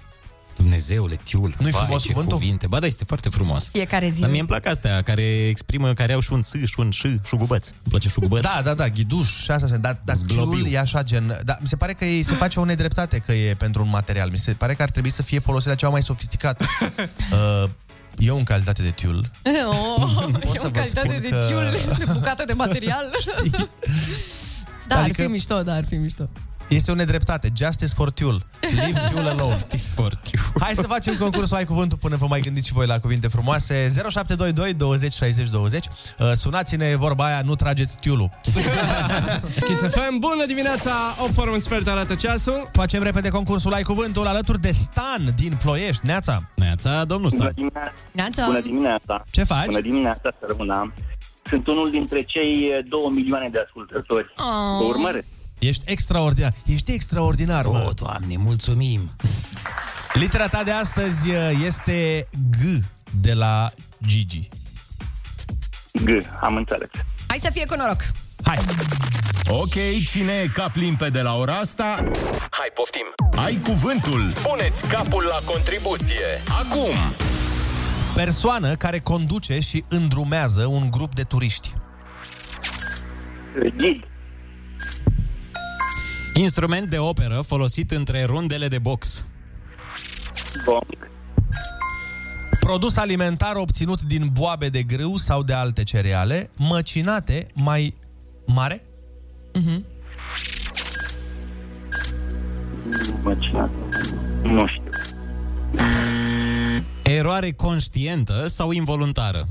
Dumnezeule, tiul.
Nu-i
Vai,
frumos
ce
cuvântul?
cuvinte. Ba da, este foarte frumos.
Fiecare zi.
Dar mie îmi plac astea care exprimă, care au și un ț, și un ș, șugubăț. Îmi place șugubăț.
Da, da, da, ghiduș și asta, dar da, schiul e așa gen... Da, mi se pare că ei se face o nedreptate că e pentru un material. Mi se pare că ar trebui să fie folosirea ceva mai sofisticat. uh, eu, în calitate de tiul,
Oh,
Pot
e
să
o
vă
calitate
spun
de
că-
tiul, de bucată de material. da,
Adică-
ar fi mișto, da, ar fi mișto.
este o nedreptate. Justice for tiul. Leave tiul alone.
Justice for tiul.
Hai să facem concursul Ai Cuvântul până vă mai gândiți și voi la cuvinte frumoase. 0722 20 60 20. Uh, Sunați-ne vorba aia, nu trageți tiulul.
Kiss FM, bună dimineața, 8 fără un sfert arată ceasul.
Facem repede concursul Ai Cuvântul alături de Stan din Ploiești. Neața.
Neața, domnul Stan.
Neața.
Bună dimineața!
Ce faci?
Bună dimineața, să rămână. Sunt unul dintre cei 2 milioane de ascultători.
Oh.
Vă urmăresc!
Ești extraordinar. Ești extraordinar, mă.
O, Doamne, mulțumim.
Litera ta de astăzi uh, este G de la Gigi.
G, am înțeles.
Hai să fie cu noroc.
Hai!
Ok, cine e cap limpede la ora asta? Hai, poftim! Ai cuvântul! Puneți capul la contribuție! Acum!
Persoană care conduce și îndrumează un grup de turiști.
Ghid,
Instrument de operă folosit între rundele de box.
bong,
Produs alimentar obținut din boabe de grâu sau de alte cereale, măcinate mai mare?
măcinat. Nu știu.
Eroare conștientă sau involuntară?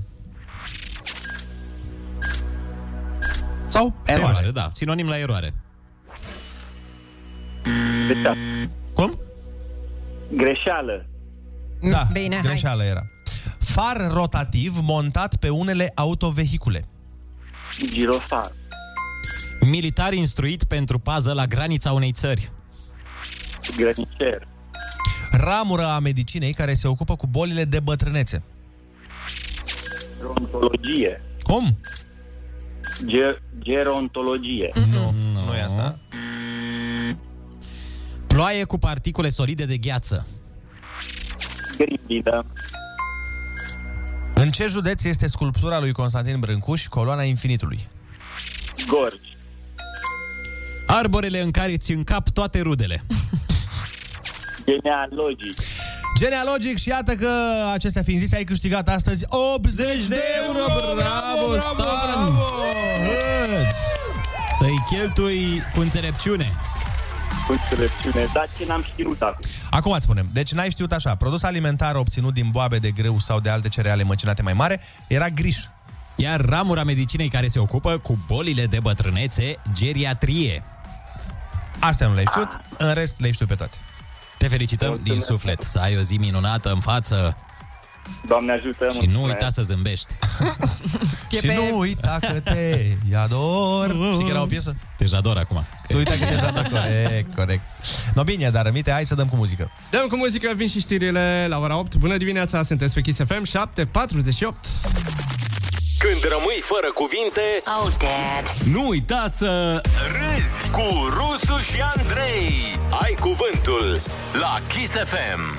Sau eroare.
eroare da. Sinonim la eroare.
Deci,
Cum?
greșeală.
Da,
Bine, hai.
greșeală era. Far rotativ montat pe unele autovehicule.
Girofar.
Militar instruit pentru pază la granița unei țări.
Grănicer.
Ramură a medicinei care se ocupă cu bolile de bătrânețe.
Gerontologie.
Cum?
Ge- gerontologie.
Nu, nu e asta.
Ploaie cu particule solide de gheață.
Grindină.
În ce județ este sculptura lui Constantin Brâncuș, coloana infinitului?
Gorgi.
Arborele în care ți în cap toate rudele.
Genealogic.
Genealogic și iată că acestea fiind zise ai câștigat astăzi 80 de euro! Bravo, bravo,
Stan!
bravo! Îți!
Să-i cheltui cu înțelepciune.
Cu înțelepciune. Dar ce n-am știut acum?
Acum îți spunem, deci n-ai știut așa, produs alimentar obținut din boabe de grâu sau de alte cereale măcinate mai mare era griș.
Iar ramura medicinei care se ocupă cu bolile de bătrânețe, geriatrie.
Astea nu le-ai știut, în rest le-ai știut pe toate.
Te felicităm din suflet. Să ai o zi minunată în față
Doamne ajută.
și nu
mulțumesc.
uita să zâmbești.
E
și
pe-
nu uita că te ador. Știi că era o piesă?
Te ador acum.
Tu uita că te ador. Corect, corect. No bine, dar rămite, hai să dăm cu muzică.
Dăm cu muzică, vin și știrile la ora 8. Bună dimineața, sunteți pe Kiss FM, 7.48.
Când rămâi fără cuvinte,
Oh, Dad.
nu uita să râzi cu Rusu și Andrei! Ai cuvântul la Kiss FM!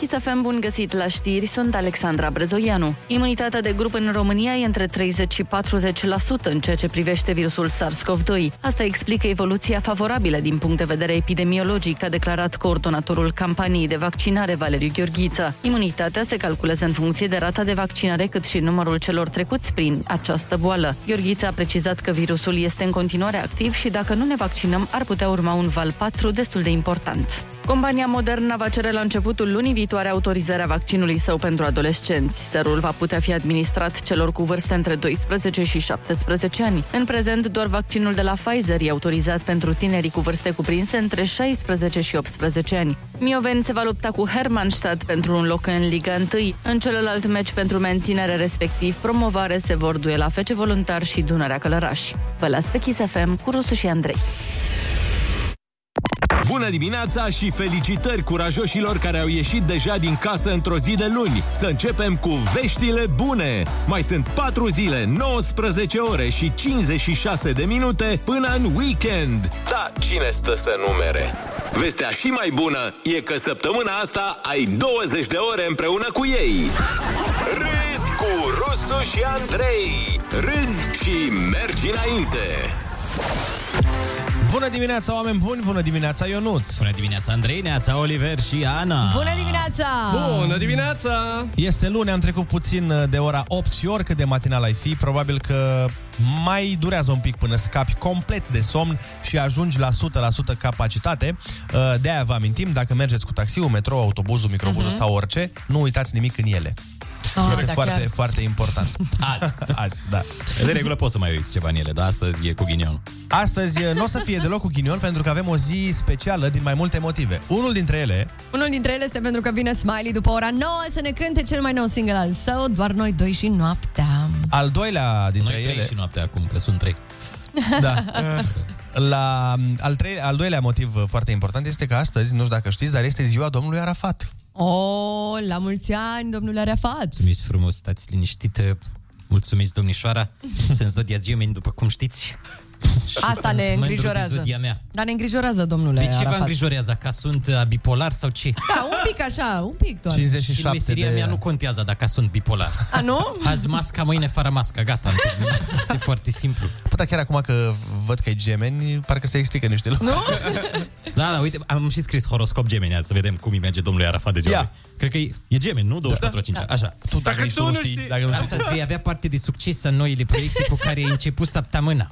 Chisafem, bun găsit la știri, sunt Alexandra Brezoianu. Imunitatea de grup în România e între 30 și 40% în ceea ce privește virusul SARS-CoV-2. Asta explică evoluția favorabilă din punct de vedere epidemiologic, a declarat coordonatorul campaniei de vaccinare Valeriu Gheorghiță. Imunitatea se calculează în funcție de rata de vaccinare cât și numărul celor trecuți prin această boală. Gheorghiță a precizat că virusul este în continuare activ și dacă nu ne vaccinăm ar putea urma un val 4 destul de important. Compania Moderna va cere la începutul lunii viitoare autorizarea vaccinului său pentru adolescenți. Serul va putea fi administrat celor cu vârste între 12 și 17 ani. În prezent, doar vaccinul de la Pfizer e autorizat pentru tinerii cu vârste cuprinse între 16 și 18 ani. Mioven se va lupta cu Hermannstadt pentru un loc în Liga 1. În celălalt meci pentru menținere, respectiv promovare, se vor duela FC Voluntar și Dunărea Călăraș. Vă las pe Kiss FM cu Rusu și Andrei.
Bună dimineața și felicitări curajoșilor care au ieșit deja din casă într-o zi de luni. Să începem cu veștile bune. Mai sunt 4 zile, 19 ore și 56 de minute până în weekend. Da, cine stă să numere? Vestea și mai bună e că săptămâna asta ai 20 de ore împreună cu ei. Râzi cu Rusu și Andrei. Râzi și mergi înainte.
Bună dimineața, oameni buni! Bună dimineața, Ionuț!
Bună dimineața, Andrei, neața, Oliver și Ana!
Bună dimineața!
dimineața! Este luni, am trecut puțin uh, de ora 8 și oricât de matinal ai fi, probabil că mai durează un pic până scapi complet de somn și ajungi la 100% capacitate. Uh, De-aia vă amintim, dacă mergeți cu taxiul, metrou, autobuzul, microbuzul
Mhm.
sau orice, nu uitați nimic în ele.
Ah,
este
da,
foarte,
chiar.
foarte important.
Azi.
Azi, da.
De regulă poți să mai uiți ceva în ele, dar astăzi e cu ghinion.
Astăzi uh, nu o să fie deloc cu ghinion pentru că avem o zi specială din mai multe motive. Unul dintre ele
Unul dintre ele este pentru că vine Smiley după ora 9 să ne cânte cel mai nou single al său, Doar noi doi și noaptea.
Al doilea dintre
Noi
ele...
trei și noaptea acum, că sunt trei.
Da. La, al, trei, al doilea motiv foarte important este că astăzi, nu știu dacă știți, dar este ziua domnului Arafat.
O, la mulți ani, domnule Arafat!
Mulțumiți frumos, stați liniștite. Mulțumiți, domnișoara. Sunt zodia Gemini, după cum știți. Și
Asta
sunt
ne
mândru de
îngrijorează.
Zodia mea.
Dar ne îngrijorează, domnule
De ce vă
Da, Arafat.
îngrijorează? Ca sunt uh, bipolar sau ce?
Da, un pic așa, un pic doar.
Și în meseria mea nu contează dacă sunt bipolar.
A, nu?
Azi masca, mâine fără masca, gata. am terminat. Este foarte simplu.
Păi, dar chiar acum că văd că e gemeni, parcă se explică niște lucruri.
Nu?
Da, da, uite, am și scris horoscop gemeni, azi, să vedem cum îi merge domnului Arafat de ziua.
Ia.
lui. Cred că e, e gemeni, nu? 24 da, da. Așa.
Tu, dacă, dacă tu nu știi, Dacă nu știi.
Astăzi vei avea parte de succes în noile proiecte cu care ai început săptămâna.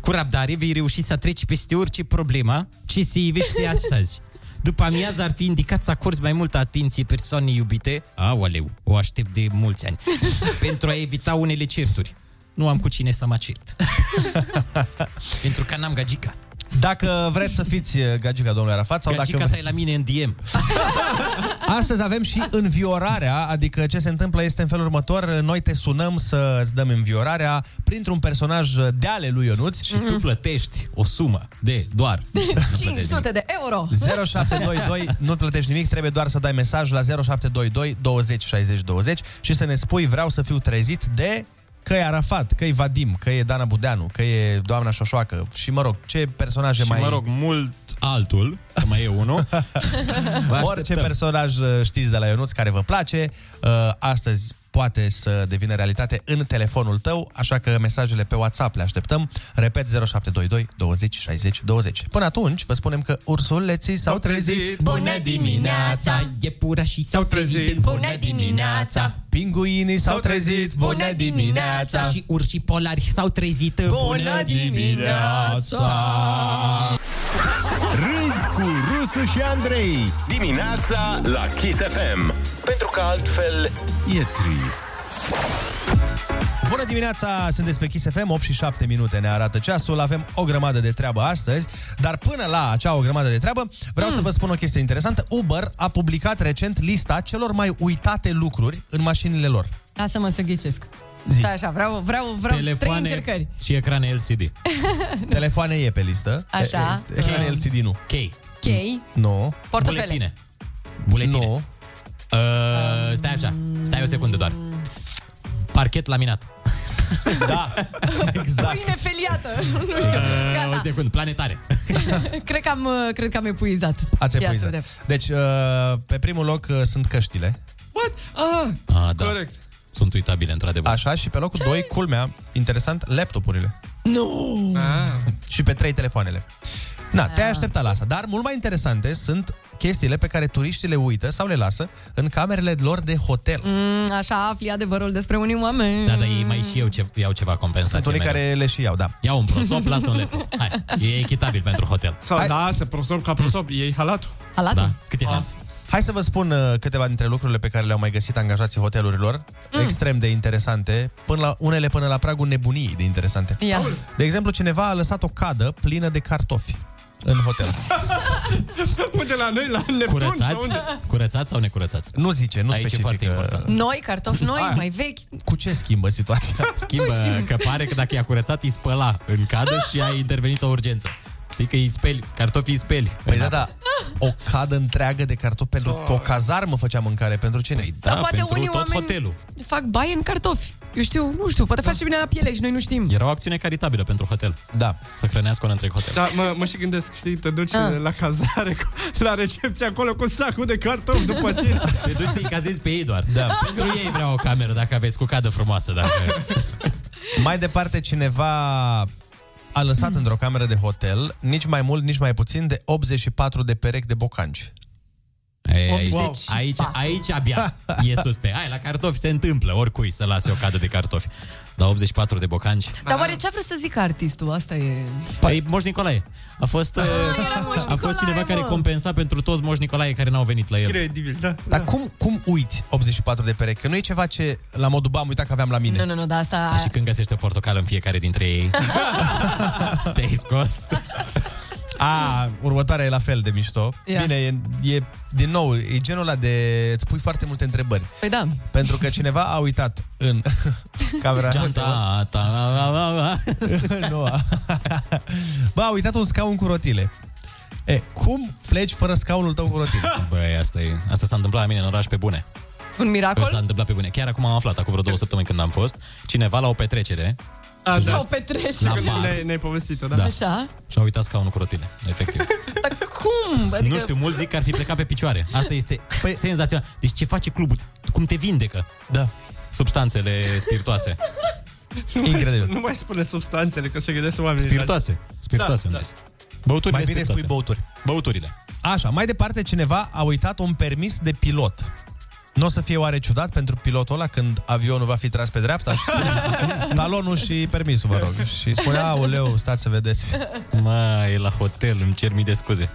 Cu răbdare vei reuși să treci peste orice problemă ce se ivește astăzi. După amiază ar fi indicat să acorzi mai multă atenție persoanei iubite. Aoleu, o aștept de mulți ani. pentru a evita unele certuri. Nu am cu cine să mă cert. pentru că n-am gagica.
Dacă vreți să fiți eh, gagica domnului Arafat sau
Gagica
dacă
ta e la mine în DM.
Astăzi avem și înviorarea, adică ce se întâmplă este în felul următor. Noi te sunăm să îți dăm înviorarea printr-un personaj de ale lui Ionuț. Și
tu plătești o sumă de doar
500 de euro!
0722, nu plătești nimic, trebuie doar să dai mesaj la 0722 20 60 20 și să ne spui vreau să fiu trezit de că e Arafat, că e Vadim, că e Dana Budeanu, că e doamna Șoșoacă și mă rog, ce personaje
Și
mai...
mă rog, mult altul, că mai e unul. Vă
Orice
așteptăm.
personaj uh, știți de la Ionuț care vă place, uh, astăzi poate să devină realitate în telefonul tău, așa că mesajele pe WhatsApp le așteptăm. Repet 0722 20 60 20. Până atunci, vă spunem că ursuleții s-au trezit.
Bună dimineața, iepurașii s-au trezit. Bună dimineața.
Pinguinii s-au trezit.
Bună dimineața. Și urșii polari s-au trezit. Bună
Râzi cu Rusu și Andrei Dimineața la Kiss FM Pentru că altfel e trist
Bună dimineața, sunt pe Kiss FM, 8 și 7 minute ne arată ceasul, avem o grămadă de treabă astăzi, dar până la acea o grămadă de treabă, vreau
Hmm.
să vă spun o chestie interesantă. Uber a publicat recent lista celor mai uitate lucruri în mașinile lor.
Lasă-mă să ghicesc. Stai așa, vreau, vreau, vreau trei încercări.
și ecrane LCD.
Telefoane e pe listă.
Așa.
E- e- Ecrane
Chei.
LCD nu.
Chei.
Chei,
Nu.
portofele.
Buletine. Buletine. Nu. Uh, stai așa, stai o secundă doar. Parchet laminat.
da,
Exact. Pâine feliată. nu știu.
Uh, o secundă, planetare.
cred, că am, uh, cred că am epuizat.
Ați
Ia să
epuizat.
vedem.
Deci, uh, pe primul loc uh, sunt căștile.
What? Ah, ah da. Corect. Sunt uitabile, într-adevăr.
Așa, și pe locul 2, culmea, interesant, laptopurile.
Nu!
Ah.
Și pe 3, telefoanele. Na, te-ai așteptat la asta. Dar mult mai interesante sunt chestiile pe care turiștii le uită sau le lasă în camerele lor de hotel.
Mm, așa afli adevărul despre unii oameni.
Da, dar ei mai și eu ce, iau ceva compensație.
Sunt unii care le și iau, da.
Iau un prosop, las un laptop. Hai, e echitabil pentru hotel.
Sau, da, se prosop ca prosop, ei halatul.
Halatul? Da.
Cât e halatul?
Hai să vă spun uh, câteva dintre lucrurile pe care le-au mai găsit angajații hotelurilor,
Hmm.
mm. extrem de interesante, până la, unele până la pragul nebuniei de interesante.
Ia.
De exemplu, cineva a lăsat o cadă plină de cartofi în hotel.
Unde la noi, la Neptun?
Curățați?
Sau unde?
Curățați sau necurățați?
Nu zice, nu
Aici specifică. e foarte important.
Noi, cartofi noi,
Hai.
mai vechi.
Cu ce schimbă situația?
Nu
Schimbă
știu.
că pare că dacă i-a curățat, îi spăla în cadă și a intervenit o urgență. Știi că îi speli, cartofii îi speli.
Păi da, da, o cadă întreagă de cartofi pentru că o cazarmă făcea mâncare pentru cine? Păi
Sau poate unii oameni fac baie în cartofi. Eu știu, nu știu,
Da.
poate face bine la piele și noi nu știm.
Era o acțiune caritabilă pentru hotel.
Da.
Să hrănească un întreg hotel.
Da, mă, mă și gândesc, știi, te duci
Ah.
ah. la cazare, cu, la recepție acolo cu sacul de cartofi după tine.
Te duci să-i cazezi pe ei doar. Da. Pentru ei vreau o cameră dacă aveți cu cadă frumoasă. Dacă...
Mai departe, cineva a
Hmm.
lăsat într-o cameră de hotel, nici mai mult, nici mai puțin, de 84 de perechi de bocanci.
Ei, aici,
84.
aici, aici abia e suspect. Hai, la cartofi se întâmplă oricui să lase o cadă de cartofi. Da, Dar 84 de bocanci.
Dar oare ce a vrut să zică artistul? Asta e...
Păi, Moș Nicolae. A fost, a, a fost cineva care
mă.
compensa pentru toți Moș Nicolae care n-au venit la el.
Credibil, da.
Dar cum, cum uiți 84 de perechi? Că nu e ceva ce la modul bam, uita că aveam la mine.
Nu, nu, nu, dar asta...
Și când găsește o portocală în fiecare dintre ei Te-ai scos
A, următoarea e la fel de mișto.
Ia.
Bine, e, e, din nou, e genul ăla de... îți pui foarte multe întrebări.
Păi da.
Pentru că cineva a uitat în camera...
Geanta ta, la, la, la, la.
nu. a- Bă, a uitat un scaun cu rotile. E, cum pleci fără scaunul tău cu rotile?
Băi, asta, e, asta s-a întâmplat la mine în oraș pe bune
Un miracol?
S-a întâmplat pe bune Chiar acum am aflat, acum vreo două săptămâni când am fost Cineva la o petrecere
A,
Deci de
La o
asta-
petrecere.
La bar.
Ne-ai, ne-ai povestit-o, da?
Da.
Așa?
Și-a uitat scaunul cu rotile, efectiv
Dar cum?
adică... Nu știu, mulți zic că ar fi plecat pe picioare Asta este păi... senzațional Deci ce face clubul, cum te vindecă
Da
Substanțele spiritoase
Nu mai-
Incredibil.
Nu mai spune substanțele, că se gândesc oamenii.
Spiritoase, spiritoase da, da. Băuturile
Mai bine
spiritoase.
spui băuturi.
Băuturile
Așa, mai departe cineva a uitat un permis de pilot. Nu o să fie oare ciudat pentru pilotul ăla când avionul va fi tras pe dreapta? Și spune, talonul și permisul, vă rog. Și spune, aoleu, stați să vedeți.
Mai, la hotel, îmi cer mii de scuze.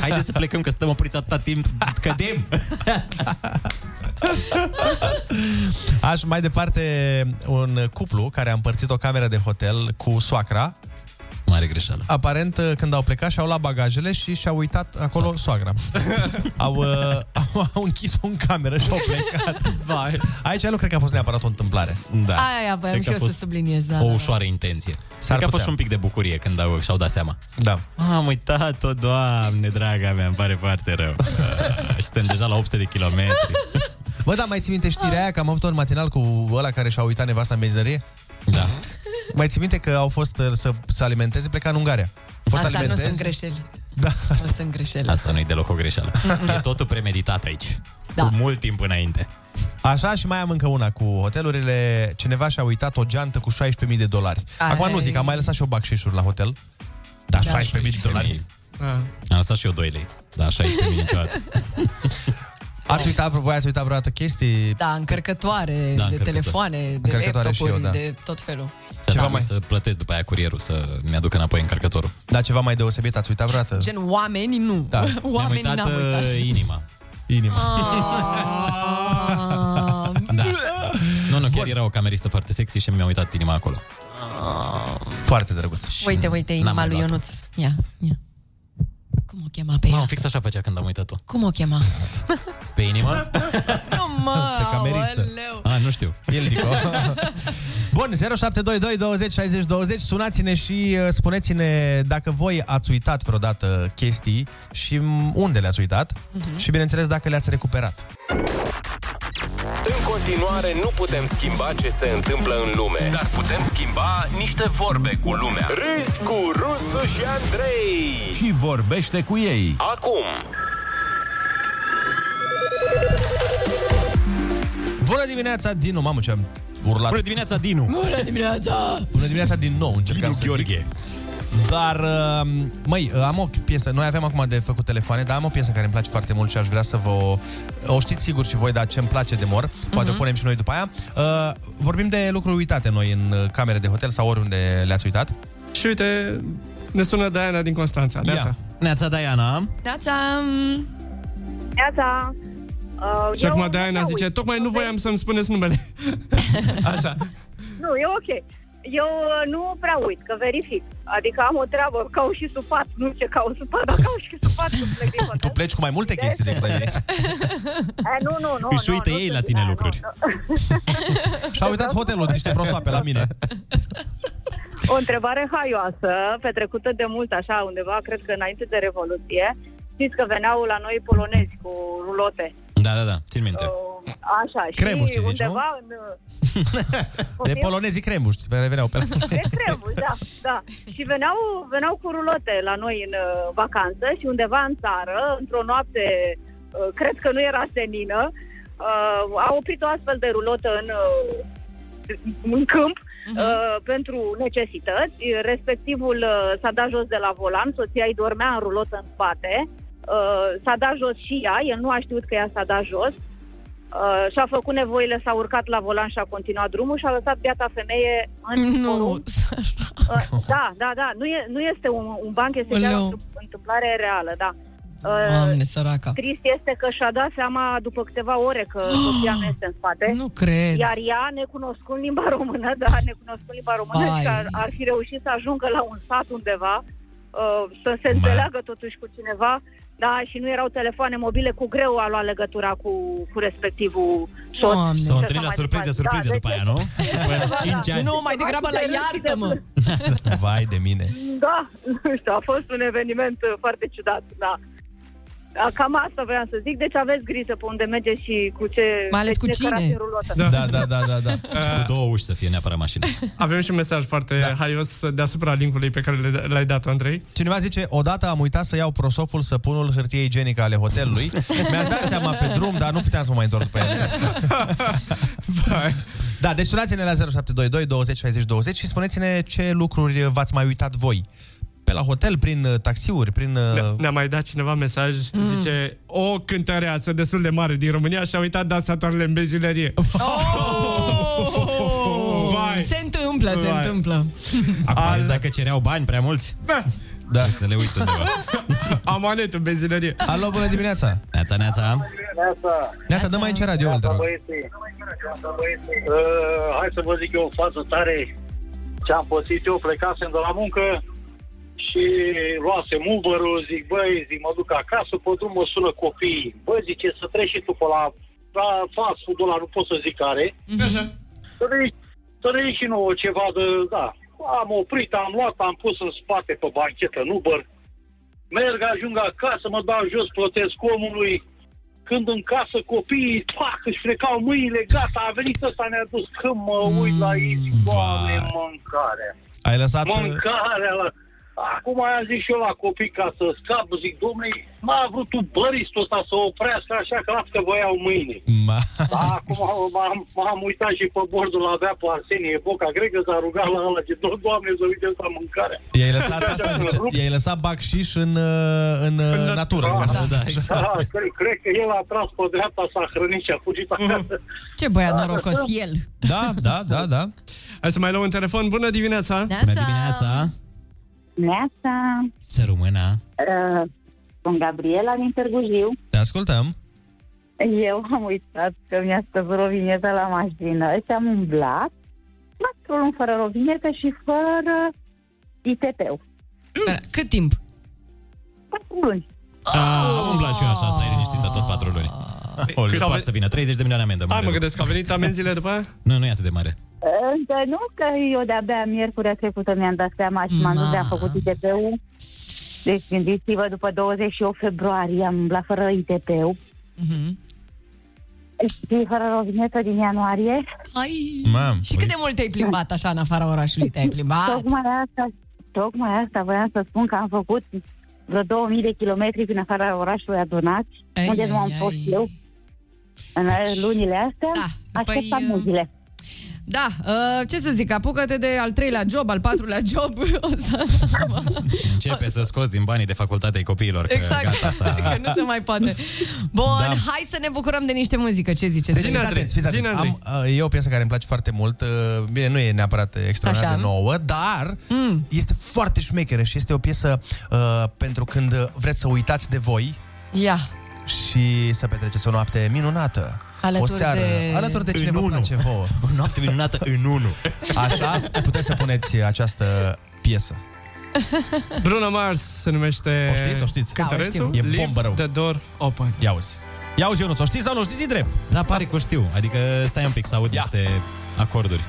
Haide să plecăm, că stăm opriți atâta timp, cădem.
Aș mai departe un cuplu care a împărțit o cameră de hotel cu soacra.
Mare greșeală.
Aparent, când au plecat și-au luat bagajele și și-au uitat acolo soagra. au, uh, au, au închis-o în cameră și au plecat.
Vai.
Aici nu cred că a fost neapărat o întâmplare.
Da.
Aia, aia voiam
Cred
și
că
eu
a
să
fost
subliniez, da.
O
da.
ușoară intenție. Cred că a fost
putea.
și un pic de bucurie când au, și-au dat seama.
Da.
Am uitat-o, doamne, draga mea, îmi pare foarte rău. Ah, și Suntem deja la 800 de kilometri.
Bă, da, mai ții minte știrea aia că am avut un matinal cu ăla care și-a uitat nevasta în benzinărie?
Da.
Mai ții minte că au fost uh, să, să alimenteze, pleca în Ungaria. A Fost
Asta nu
alimentez,
sunt greșeli.
Da,
asta. Nu sunt greșeli.
Asta nu-i deloc o greșeală. e totul premeditat aici.
Da.
Cu mult timp înainte.
Așa și mai am încă una cu hotelurile. Cineva și-a uitat o geantă cu 16.000 de dolari.
Ai.
Acum nu zic, am mai lăsat și eu bacșișuri la hotel. Da, 16.000 de dolari.
Ah.
Am lăsat și eu 2 lei. Da, așa e pe mine niciodată.
Ați uitat, voi ați uitat vreodată chestii?
Da, încărcătoare, da,
încărcătoare.
de telefoane, de
Încărcătoare
laptopuri,
și eu, da.
de tot felul.
Ceva mai... Să plătesc după aia curierul să mi-aducă înapoi încărcătorul.
Da, ceva mai deosebit ați uitat vreodată?
Gen, oamenii nu.
Da.
Oamenii
Da. Mi-am
n-am
uitat,
uitat.
uh, inima.
Inima.
Da. Nu, nu, chiar era o cameristă foarte sexy și mi-a uitat inima acolo.
Ah,
Mm.
Foarte drăguț.
Uite, uite,
N-am
inima
mai
lui
luat-o.
Ionuț. Ia, ia. Cum o chema pe
Mamă,
ea?
fix așa făcea când am uitat-o.
Cum o chema?
Pe inimă?
Nu, mă,
Pe cameristă.
aoleu.
A, nu știu.
Ildico. Bun, 0722 20 60 20 Sunați-ne și uh, spuneți-ne dacă voi ați uitat vreodată chestii și mm, unde le-ați uitat și bineînțeles dacă le-ați recuperat.
În continuare nu putem schimba ce se întâmplă în lume, dar putem schimba niște vorbe cu lumea. Râzi cu Rusu și Andrei și vorbește cu ei. Acum,
Bună dimineața, Dinu! Mamă, ce am urlat!
Bună dimineața, Dinu!
Bună dimineața!
Bună dimineața din nou, încercam
Dinu
să
Gheorghe.
zic. Dar, uh, măi, uh, am o piesă, noi avem acum de făcut telefoane, dar am o piesă care îmi place foarte mult și aș vrea să vă o, o știți sigur și voi, dar ce îmi place de mor,
Mhm.
poate o punem și noi după aia. Uh, vorbim de lucruri uitate noi în uh, camere de hotel sau oriunde le-ați uitat.
Și uite, ne sună Diana din Constanța. Neața.
Neața Diana.
Neața!
Neața! Uh,
Și
eu-
acum Diana zice, tocmai nu voiam să-mi spuneți numele. Așa.
Nu, e ok. Eu uh, nu prea uit, că verific. Adică am o treabă, caut și supat, nu ce caut supat, dar caut și supat când plec din
Tu
hotel.
pleci cu mai multe chestii decât ai venit.
Eh, nu, nu, nu.
Își
nu,
uită
nu
ei
sunt
la
din
tine
aia,
lucruri.
nu,
Și-a uitat hotelul de niște prosoape la mine.
nu. O întrebare haioasă, petrecută de mult așa, undeva, cred că înainte de Revoluție. Știți că veneau la noi polonezi cu rulote.
Da, da, da, țin minte.
Așa,
Cremuști,
și
zici, nu?
undeva nu? în...
De polonezii cremuști, care veneau pe la...
De treburi, da, da. Și veneau, veneau cu rulote la noi în uh, vacanță și undeva în țară, într-o noapte, uh, cred că nu era senină, uh, a oprit o astfel de rulotă în, uh, în câmp uh, pentru necesități. Respectivul uh, s-a dat jos de la volan, soția îi dormea în rulotă în spate, uh, s-a dat jos și ea, el nu a știut că ea s-a dat jos, Uh, și-a făcut nevoile, s-a urcat la volan și a continuat drumul și a lăsat biata femeie în
Nu,
porumb. Uh, da, da, da. Nu, e, nu este un, un banc, este chiar
Oleu.
o întâmplare reală, da. Uh,
Doamne, săraca.
Trist este că și-a dat seama după câteva ore că soția nu este în spate. Nu
cred.
Iar ea, necunoscând limba română, da, necunoscând limba română,
Vai.
și ar, ar fi reușit să ajungă la un sat undeva, uh, să se înțeleagă totuși cu cineva, da, și nu erau telefoane mobile, cu greu a luat legătura cu, cu respectivul soț. Și
S-au
așa
întâlnit la
mai
surprize,
departe.
surprize
Da,
după aia, nu? După 5 ani.
Nu, mai degrabă la iartă-mă.
Vai de mine.
Da, nu știu, a fost un eveniment uh, foarte ciudat, da. Da, Cam asta voiam să zic, deci aveți grijă pe unde mergeți și cu ce... deci
Mai ales
de
cu
ce
cine.
caracterul luată.
da, da, da.
Cu două uși să fie neapărat mașină.
Uh, Avem și un mesaj foarte da. haios deasupra linkului pe care le- da, l-ai dat, Andrei.
Cineva zice, odată am uitat să iau prosopul, săpunul, hârtie igienică ale hotelului. Mi-am dat seama pe drum, dar nu puteam să mă mai întorc pe el. da, deci sunați-ne la 0722 20 60 20 și spuneți-ne ce lucruri v-ați mai uitat voi. Pe la hotel, prin uh, taxiuri, prin... uh,
Ne- Ne-a mai dat cineva mesaj, mm. zice o cântăreață destul de mare din România și-a uitat dansatoarele în benzinărie.
Vai. Oh! Se întâmplă, se
Vai.
întâmplă.
Acum ales dacă cereau bani prea mulți.
Da.
da.
Să le uiți undeva.
Amanet în benzinărie.
Alo, bună dimineața!
Neața, neața.
Neața.
Neața, dă mai încet radioul, te
Neața,
rog.
băieții. Uh, hai să vă zic eu o fază tare ce am pățit eu, plecasem de la muncă și luasem uber zic, băi, zic, mă duc acasă, pe drum mă sună copiii. Bă, zice, să treci și tu pe la, la fast food ăla, nu pot să zic care.
Așa.
Să ne iei- să ne iei și nouă ceva de, da. Am oprit, am luat, am pus în spate pe banchetă în Uber. Merg, ajung acasă, mă dau jos, plătesc omului. Când în casă copiii, pac, își frecau mâinile, gata, a venit ăsta, ne-a dus. Când mă uit la ei,
Mm,
zic, doamne, mâncarea.
Ai lăsat... uh,
Mâncarea la... Acum am zis și eu la copii ca să scap, zic, domnule, m-a vrut tu băristul ăsta să oprească așa, că las că vă iau mâine. Da, acum m-am, m-am uitat și pe bordul avea pe Arsenie Boca, cred că s-a rugat la ăla, zic, "Do- doamne, să uite la mâncarea.
I-ai lăsat, asta, zice, i-ai lăsat bacșiș în, uh, în, în Ah. natură. ca să zic așa.
Da, cred, cred că el a tras pe dreapta, s-a hrănit și a
Mhm.
fugit acasă.
Ce băiat norocos el.
Da, da, da, da.
Hai să mai luăm un telefon. Bună dimineața!
Bună dimineața.
Neața,
Să rămână.
uh, sunt Gabriela din Târgu Jiu.
Te ascultăm.
Eu am uitat că mi-a stăpânit rovineta la mașină și am umblat. La strolul fără rovinetă și fără ITP-ul.
Cât timp?
4 luni.
A, Ah, am umblat și eu așa, stai liniștită tot patru luni. Cât
Cât a
poate să vină? 30 de milioane
Ah,
amendă.
Hai mă gândesc că au venit amenziile după aia?
Nu, nu e atât de mare.
Încă nu, că eu de-abia miercurea trecută mi-am dat seama și m-am dus de-am făcut ITP-ul. Deci gândiți-vă, după 28 februarie am umblat fără ITP-ul. Și fără rovinetă din ianuarie.
Ai,
Mam, păi-
și cât de mult te-ai plimbat așa în afara orașului? Te-ai plimbat?
Tocmai asta, tocmai asta voiam să spun că am făcut vreo 2000 de kilometri prin afara orașului Adunați,
Ai,
unde nu am
ai,
fost eu în lunile astea,
după-i,
așteptam
uh,
muzile.
Da, uh, ce să zic, apucă-te de al treilea job, al patrulea job. O să...
Începe să scoți din banii de facultatei copiilor. Că
Exact.
Gata, s-a...
Că nu se mai poate. Bun,
Da.
hai să ne bucurăm de niște muzică. Ce ziceți?
fiți atenți, fiți atenți. Am, uh, e o piesă care îmi place foarte mult. Uh, Bine, nu e neapărat extraordinar
Așa.
de nouă, dar mm. este foarte șmecheră și este o piesă uh, pentru când vreți să uitați de voi
Ia,
și să petreceți o noapte minunată.
Alături
o seară,
de-
alături de cine
În
vă
unu.
place vouă. O noapte minunată în unu. Așa, puteți să puneți această piesă.
Bruno Mars se numește...
O știți, o știți. Da, o
Cântărețul.
știm. E
Leave
bombă rău.
the door open.
Ia uzi. Ia uzi, Ionuț, o știi sau nu o știi zi drept? Da.
Da, pare că o știu. Adică stai un pic să aud niște acorduri.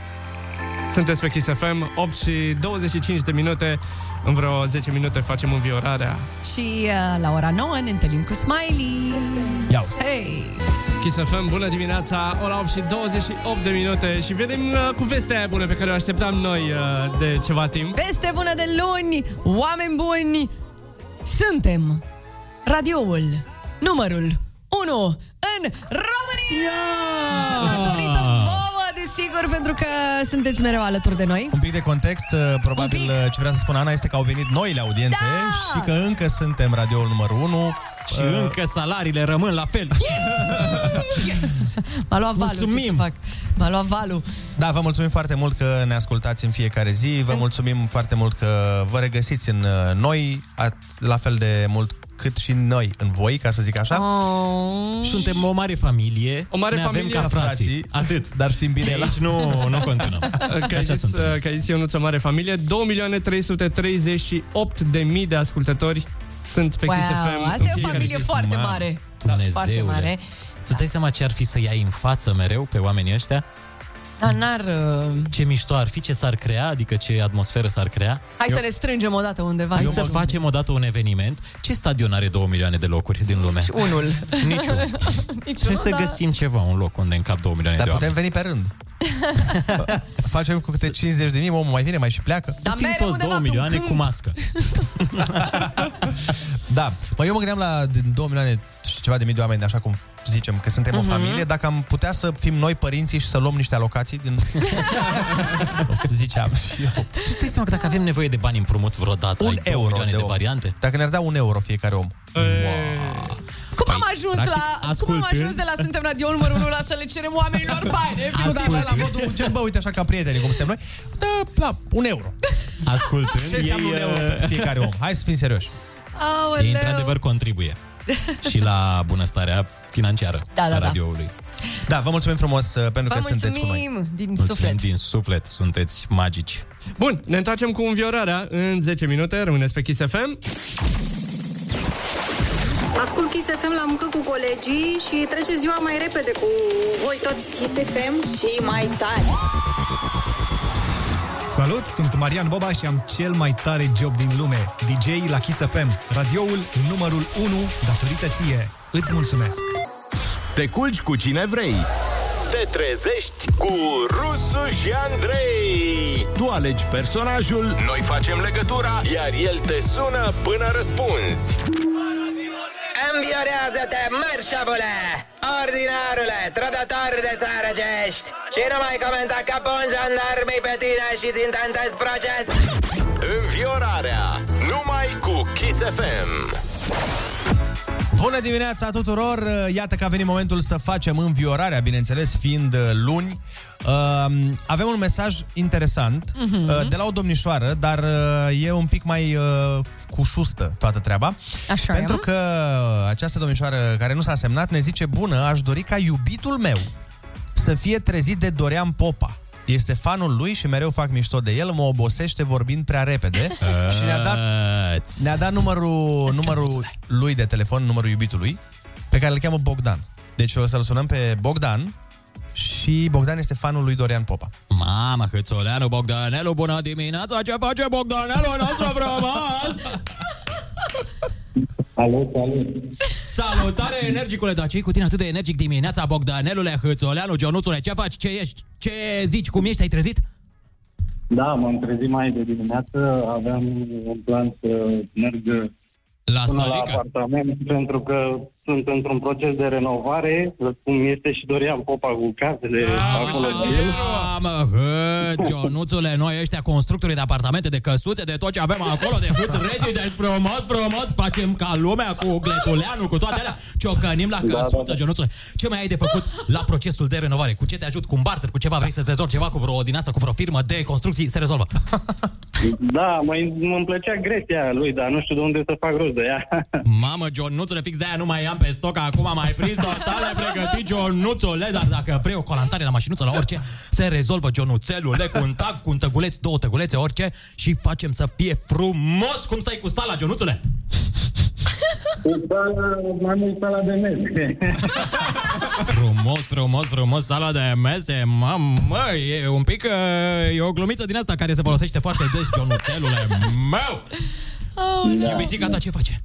Sunteți pe Kiss FM, 8 și 25 de minute. În vreo 10 minute facem înviorarea.
și uh, la ora 9 ne întâlnim cu Smiley.
Ia
Hei!
Kiss FM, bună dimineața, ora 8 și 28 de minute și venim uh, cu vestea aia bună pe care o așteptam noi uh, de ceva timp.
Veste bună de luni, oameni buni! Suntem radioul numărul 1 în România! Datorită vouă, desigur, pentru că sunteți mereu alături de noi.
Un pic de context, uh, probabil uh, ce vrea să spun Ana este că au venit noile audiențe da! și că încă suntem radioul numărul Uh, 1.
Și încă salariile rămân la fel.
Yes! M-a luat valul, ce să fac? M-a luat valul.
Da, vă mulțumim foarte mult că ne ascultați în fiecare zi, vă mulțumim foarte mult că vă regăsiți în uh, noi, at- la fel de mult cât și noi în voi, ca să zic așa.
Oh.
Suntem o mare familie.
O mare
ne
familie.
avem ca frații.
Frații.
Atât.
Dar știm bine.
Aici Deci nu, nu continuăm.
Că ai
Așa
zis,
sunt.
uh, că ai zis Ionuț, o mare familie, 2.338.000 de ascultători sunt pe
Wow,
Kiss FM.
asta e o familie foarte
Mamă,
mare. Foarte
Dumnezeule.
mare.
Tu dai seama ce ar fi să iai în față mereu pe oamenii ăștia?
Dar n-ar... uh,
Ce mișto ar fi, ce s-ar crea, adică ce atmosferă s-ar crea.
Hai
Eu-
să ne strângem o dată undeva.
Hai să facem odată un eveniment. Ce stadion are 2 milioane de locuri din lume?
Unul.
Niciun.
Niciunul, da.
Trebuie să
dar-
găsim ceva, un loc unde încap 2 milioane
Dar
de
putem
oameni.
veni pe rând. Facem cu câte 50 de mii, omul mai vine, mai și pleacă.
Dar
Fim
merg
toți 2
undeva pe un
milioane
câmp.
cu mască.
Da, păi eu mă gândeam la din 2 milioane și ceva de mii de oameni, așa cum zicem că suntem o
Mhm.
familie, dacă am putea să fim noi părinții și să luăm niște alocații din... Ziceam și eu.
Tu stai seama că dacă avem nevoie de bani împrumut vreodată, ai 2
euro
milioane
de
de,
om.
variante?
Dacă ne-ar da un euro fiecare om.
Cum am ajuns
practic,
la... Cum am
ascultând-
ajuns de la Suntem Radio numărul 1 la să le cerem oamenilor bani? E
Nu,
fiul
da,
de
așa,
așa
la modul, gen, bă, uite așa ca prieteni, cum suntem noi, da, da, un euro.
Ascultând,
Ce înseamnă
ei,
un euro
uh,
pentru fiecare om? Hai să fim serioși.
Aoleu.
Ei, într-adevăr, contribuie. Și la bunăstarea financiară
Da, da,
a
da.
radioului.
Da, vă mulțumim frumos uh, pentru
Vă
că sunteți cu noi.
mulțumim din
Mulțumim
suflet.
din suflet, sunteți magici.
Bun, ne întoarcem cu înviorarea în 10 minute, rămâneți pe Kiss FM.
Ascult Kiss FM la muncă cu colegii și trece ziua mai repede cu voi toți Kiss FM și mai tari.
Salut, sunt Marian Boba și am cel mai tare job din lume, DJ la Kiss FM, radioul numărul 1 datorită ție. Îți mulțumesc!
Te culci cu cine vrei. Te trezești cu Rusu și Andrei. Tu alegi personajul, noi facem legătura, iar el te sună până răspunzi.
Înviorează-te, mărșavule! Ordinarule, trădător de țară ce ești! Și nu mai comenta ca bun jandarmii pe tine și ți intentez proces!
Înviorarea, numai cu Kiss FM.
Bună dimineața tuturor! Iată că a venit momentul să facem înviorarea, bineînțeles, fiind uh, luni. Uh, Avem un mesaj interesant
Mhm.
uh, de la o domnișoară, dar uh, e un pic mai uh, cușustă toată treaba.
Așa
pentru că această domnișoară care nu s-a semnat ne zice, bună, aș dori ca iubitul meu să fie trezit de Dorian Popa. Este fanul lui și mereu fac mișto de el, mă obosește vorbind prea repede și ne-a dat ne-a dat numărul, numărul lui de telefon, numărul iubitului, pe care îl cheamă Bogdan. Deci o să-l sunăm pe Bogdan și Bogdan este fanul lui Dorian Popa.
Mama, Hâțoleanu Bogdanelu, bună dimineața, ce face Bogdanelu nostru frumos?
Salut, salut!
Salutare energicule, dar ce cu tine atât de energic dimineața, Bogdanelule, Hâțoleanu, Gionuțule, ce faci, ce ești, ce zici, cum ești, ai trezit?
Da, m-am trezit mai de dimineață, aveam un plan să merg
la
până la apartament, pentru că sunt într-un
Ah,
proces de renovare, cum este și Dorian Popa cu casele acolo. de el.
mă, hă, Ionuțule, noi ăștia constructorii de apartamente, de căsuțe, de tot ce avem acolo, de hâți regii, de frumos, frumos, facem ca lumea cu Gletuleanu, cu toate alea, ciocănim la
Da,
căsuță,
da, da.
Ionuțule. Ce mai ai de făcut la procesul de renovare? Cu ce te ajut? Cu un barter? Cu ceva? Vrei să-ți rezolvi ceva cu vreo din asta, cu vreo firmă de construcții? Se rezolvă.
Da, mă, îmi plăcea greția lui, dar nu știu de unde să fac rost de ea.
Mamă, Ionuțule, fix de-aia nu mai am pe stoc Acum am mai prins totale pregătit, Ionuțule Dar dacă vrei o colantare la mașinuță, la orice Se rezolvă, Ionuțelule Cu un tag, cu un tăguleț, două tăgulețe, orice Și facem să fie frumos Cum stai cu sala, Ionuțule?
Mai mult sala de mese.
Frumos, frumos, frumos, sala de mese Mamă, e un pic uh, E o glumiță din asta care se folosește foarte des Ionuțelule meu
Oh,
Iubițica ta ce face?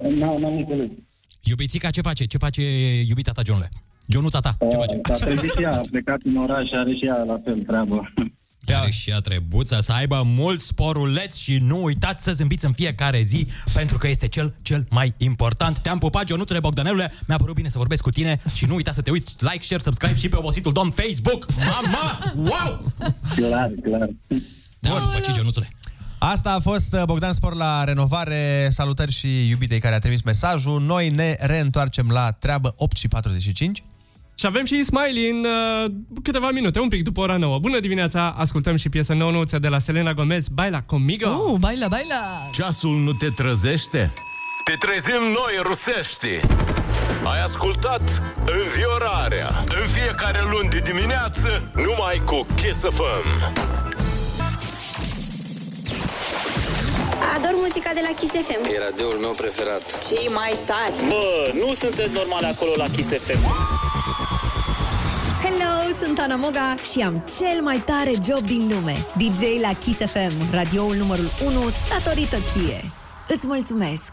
Nu, n-am înțeles.
Iubițica ce face? Ce face iubita ta, Ionule? Ionuța ta, ce face?
A trebuit și ea, a plecat în oraș și are și ea la fel treabă.
Are și ea trebuța să aibă mulți sporuleți și nu uitați să zâmbiți în fiecare zi, pentru că este cel cel mai important. Te-am pupat, Ionuțule Bogdanelule, mi-a părut bine să vorbesc cu tine și nu uita să te uiți, like, share, subscribe și pe obositul domn Facebook. Mama! Wow!
Clar, clar.
Da, după ce, Ionuțule?
Asta a fost uh, Bogdan Spor la renovare. Salutări și iubitei care a trimis mesajul. Noi ne reîntoarcem la treabă 8 și 45.
Și avem și Ismaili în uh, câteva minute, un pic după ora 9. Bună dimineața, ascultăm și piesa nouă nouță de la Selena Gomez, Baila Comigo.
Uh, baila, baila!
Ceasul nu te trezește? Te trezim noi, rusești! Ai ascultat Înviorarea În fiecare luni de dimineață Numai cu Kiss FM
Ador muzica de la Kiss FM.
E radioul meu preferat.
Cei mai tari.
Bă, nu sunteți normale acolo la Kiss FM.
Hello, sunt Ana Moga și am cel mai tare job din lume. DJ la Kiss FM, radioul numărul 1, datorită ție. Îți mulțumesc!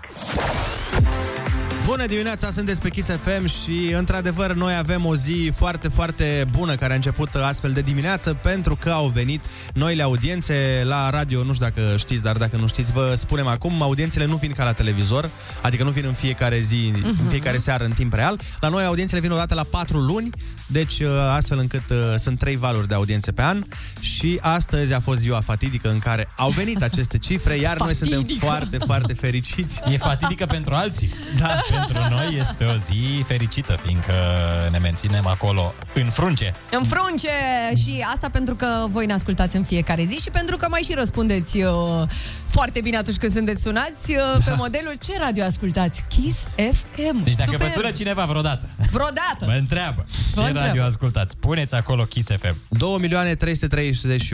Bună dimineața, sunteți pe Kiss FM și, într-adevăr, noi avem o zi foarte, foarte bună care a început astfel de dimineață pentru că au venit noile audiențe la radio, nu știu dacă știți, dar dacă nu știți, vă spunem acum, audiențele nu vin ca la televizor, adică nu vin în fiecare zi, în
Mhm.
fiecare seară, în timp real. La noi audiențele vin odată la patru luni, deci uh, astfel încât uh, sunt trei valuri de audiențe pe an și astăzi a fost ziua fatidică în care au venit aceste cifre, iar noi suntem
Fatidică.
foarte, foarte fericiți.
E fatidică pentru alții.
Da.
Pentru noi este o zi fericită, fiindcă ne menținem acolo în frunce.
În frunce și asta pentru că voi ne ascultați în fiecare zi și pentru că mai și răspundeți uh, foarte bine atunci când sunteți sunați uh, pe modelul ce radio ascultați? Kiss FM.
Da. Deci dacă
Super.
vă sună cineva vreodată,
Vreodată.
vă întreabă
Vă
ce
întreabă.
radio ascultați. Puneți acolo Kiss FM.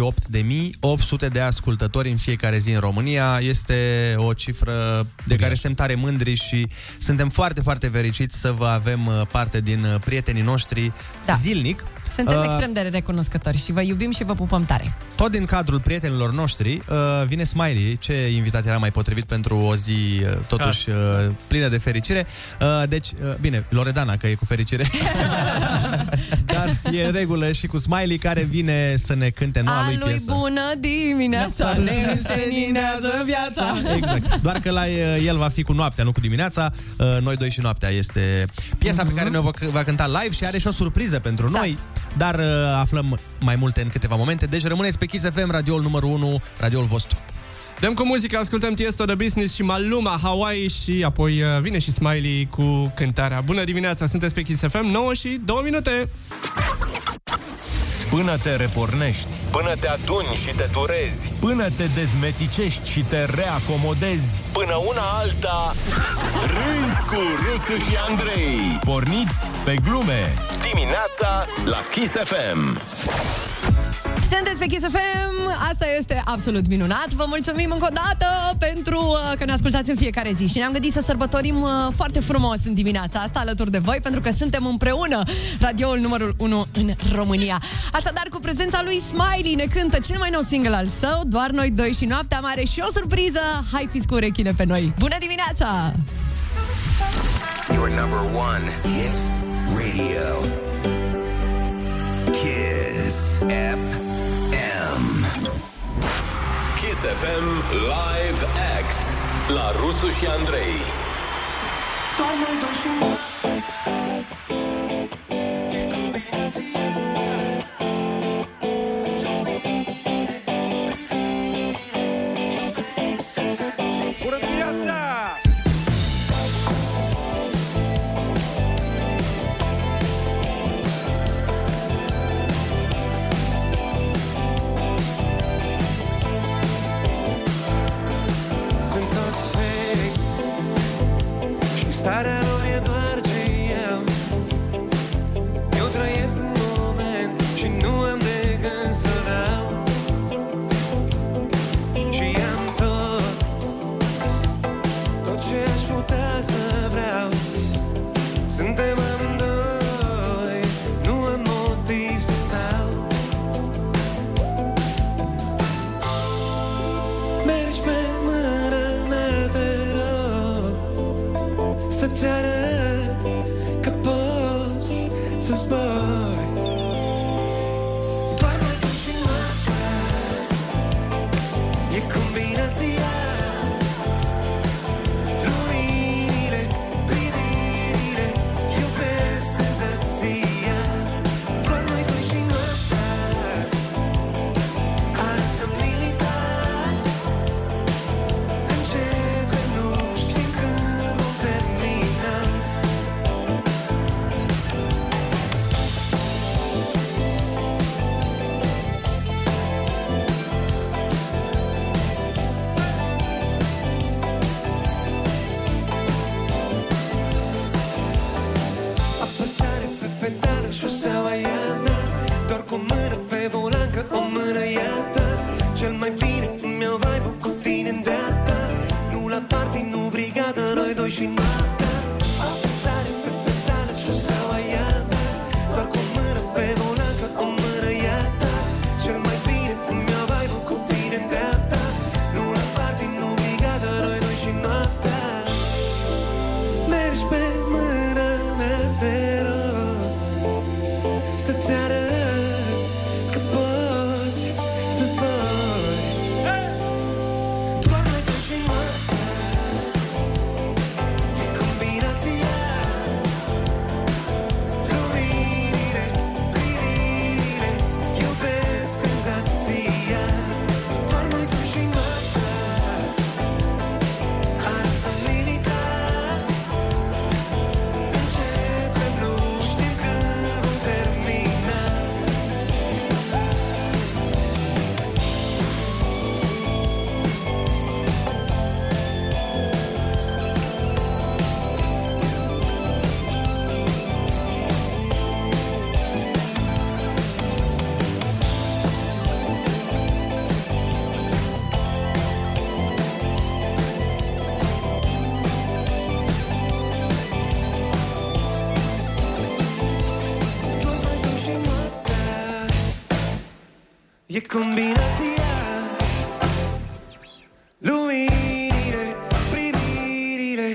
2.338.800 de ascultători în fiecare zi în România. Este o cifră de care suntem tare mândri și suntem foarte, foarte fericiți să vă avem uh, parte din uh, prietenii noștri
Da.
zilnic.
Suntem
Uh,
extrem de recunoscători și vă iubim și vă pupăm tare.
Tot din cadrul prietenilor noștri uh, vine Smiley, ce invitat era mai potrivit pentru o zi uh, totuși uh, plină de fericire. Uh, Deci, uh, bine, Loredana că e cu fericire. Dar e în regulă și cu Smiley care vine să ne cânte noua
A
lui
lui
piesă.
bună dimineața, ne înseninează viața.
Exact. Doar că la uh, el va fi cu noaptea, nu cu dimineața. Uh, Noi doi și noaptea este piesa pe care ne va, va cânta live și are și o surpriză pentru
Exact.
noi. Dar uh, aflăm mai multe în câteva momente. Deci rămâneți pe Kiss FM, radioul numărul 1, radioul vostru.
Dăm cu muzică, ascultăm Tiesto de Business și Maluma, Hawaii și apoi uh, vine și Smiley cu cântarea. Bună dimineața, sunteți pe Kiss FM, 9 și 2 minute.
Până te repornești Până te aduni și te turezi Până te dezmeticești și te reacomodezi Până una alta Râzi cu Rusu și Andrei Porniți pe glume Dimineața la Kiss FM
Sunteți pe Kiss FM, asta este absolut minunat. Vă mulțumim încă o dată pentru uh, că ne ascultați în fiecare zi și ne-am gândit să sărbătorim uh, foarte frumos în dimineața asta alături de voi pentru că suntem împreună radioul numărul 1 în România. Așadar, cu prezența lui Smiley ne cântă cel mai nou single al său, Doar noi doi și noaptea mare și o surpriză. Hai fiți cu urechile pe noi. Bună dimineața!
Your number one hit radio. Kiss FM.
Kiss FM Live Act La Rusu și Andrei
Doar noi doi și
Combinație
Veneția Luminile, privirile Iubesc senzația Doar noi doi și noaptea Arată militar Începe, nu știm când vom termina Apăsare pe pedală, șoseaua e a mea Doar cu o mână pe volan, că o mână e a ta Cel mai bine îmi iau vibe cu tine îndată Nu la party, nu brigadă, noi doi și noaptea Apăsare pe pedală, șoseaua e a mea Doar cu o mână pe volan, că o mână e a ta Cel mai bine îmi iau vibe cu tine îndată Nu la party, nu brigadă, noi doi și noaptea Mergi pe mâna mea, te rog Să-ți arăt că poți să zbori Doar noi doi și noaptea E combinația Luminile, privirile Iubesc senzația Doar noi doi și noaptea Arată limita Începe, nu știm când vom termina Doar mai tu și noaptea E combinația Luminile, privirile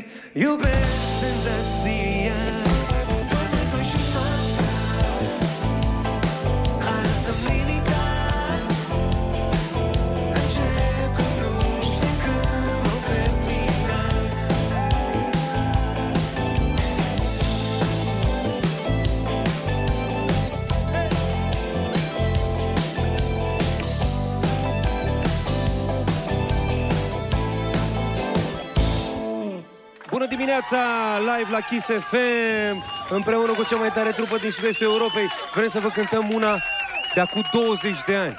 Iubesc senzația Doar mai tu și noaptea Arată-mi limita Încep cu nu știu când vom termina
Bună dimineața, live la Kiss FM, împreună cu cea mai tare trupă din sud-estul Europei. Vrem să vă cântăm una de acum 20 de ani.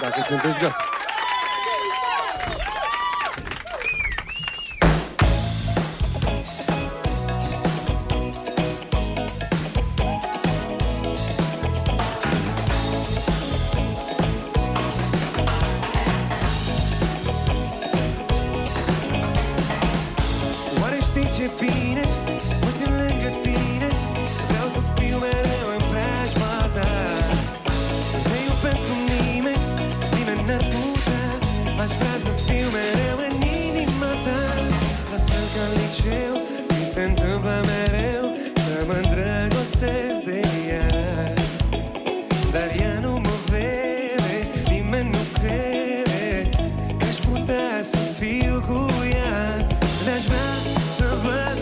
Dacă sunteți gata.
Oare știi ce bine Mă simt lângă tine Vreau să fiu mereu în preajma ta Să te iubesc cu nimeni Nimeni n-ar putea Aș vrea să fiu mereu în inima ta La fel ca în liceu Mi se întâmplă mereu Să mă îndrăgostesc de ea Dar ea nu mă vede Nimeni nu crede Că aș putea să fiu cu ea Dar aș vrea să văd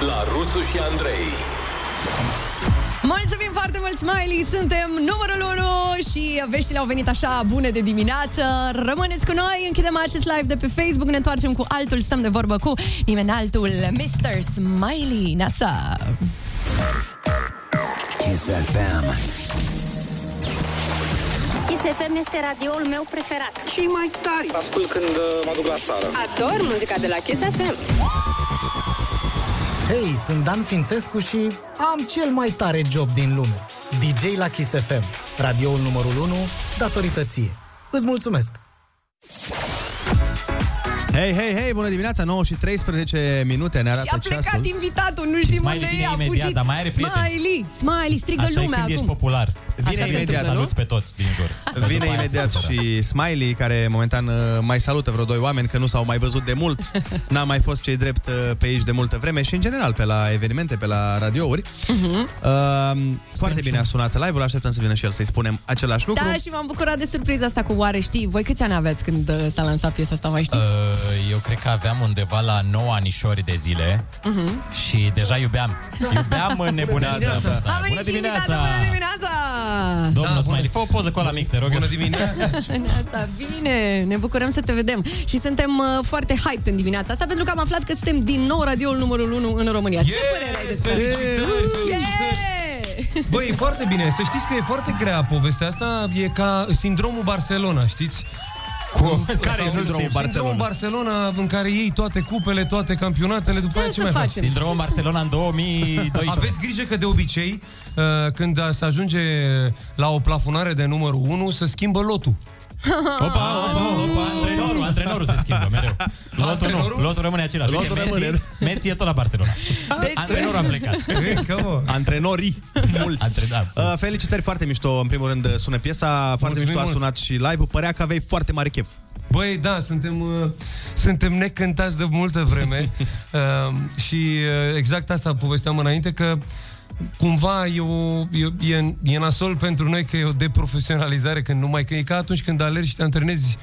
La Rusu și Andrei.
Mulțumim foarte mult, Smiley! Suntem numărul 1 și veștile au venit așa bune de dimineață. Rămâneți cu noi, închidem acest live de pe Facebook, ne întoarcem cu altul, stăm de vorbă cu nimeni altul, Mr. Smiley Nața.
Kiss FM.
Kiss FM este radioul meu preferat.
Și mai tare. Ascult când uh, mă duc la țară.
Ador muzica de la Kiss FM.
Hei, sunt Dan Fințescu și am cel mai tare job din lume. DJ la Kiss FM, radioul numărul 1, datorită ție. Îți mulțumesc!
Hei, hei, hei, bună dimineața, 9 și 13 minute ne arată
Și a plecat
ceasul.
invitatul, nu știm
Smiley
unde
vine
e, a
imediat,
fugit.
dar mai are prieteni.
Smiley, Smiley, strigă
Așa e
lumea
când ești
acum.
popular.
Așa
Vine
se
imediat,
întâmplă, nu?
saluți pe
toți din jur.
Vine imediat și Smiley, care momentan uh, mai salută vreo doi oameni, că nu s-au mai văzut de mult. N-a mai fost cei drept uh, pe aici de multă vreme și, în general, pe la evenimente, pe la radiouri.
Mhm.
Uh, foarte bine a sunat live-ul, așteptăm să vină și el să-i spunem același lucru.
Da, și m-am bucurat de surpriza asta cu Oare știi? Voi câți ani aveți când uh, s-a lansat piesa asta, mai
Uh.
știți?
Uh, Eu cred că aveam undeva la 9 anișori de zile
Mhm.
și deja iubeam. Iubeam în nebuneală.
dimineața!
Bună dimineața!
A venit și invitată, bună dimineața! Da,
Domnul Smiley, Da, fă o poză cu ăla mic, te rog. Bună dimineața!
Neața, bine! Ne bucurăm să te vedem și suntem uh, foarte hyped în dimineața asta pentru că am aflat că suntem din nou radioul numărul 1 în România. Ce părere ai despre asta? Yeah!
Băi, e foarte bine. Să știți că e foarte grea povestea asta. E ca sindromul Barcelona, știți? Cu,
Care e
sau-
sindromul
Sindromul Barcelona în care iei toate cupele, toate campionatele, după aia ce mai faci?
Sindromul Barcelona în 2012.
Aveți grijă că de obicei, uh, când uh, se ajunge la o plafonare de numărul 1, se schimbă lotul.
Opa, opa, opa, antrenorul, antrenorul se schimbă mereu. Lotul nu, lotul rămâne același.
Lotul
Uite, Messi,
rămâne.
Messi e tot la Barcelona.
Deci-
Antrenorul a plecat.
Oh, Antrenorii, mulți.
Antrenor.
Uh, felicitări, foarte mișto, în primul rând, uh, sună piesa, foarte
Mulțumim
mișto
mult.
a sunat și live-ul, părea că aveai foarte mare chef.
Băi, da, suntem, uh, suntem necântați de multă vreme uh, și uh, exact asta povesteam înainte, că cumva e, o, e, e, e nasol pentru noi că e o deprofesionalizare când nu mai că e ca atunci când alergi și te antrenezi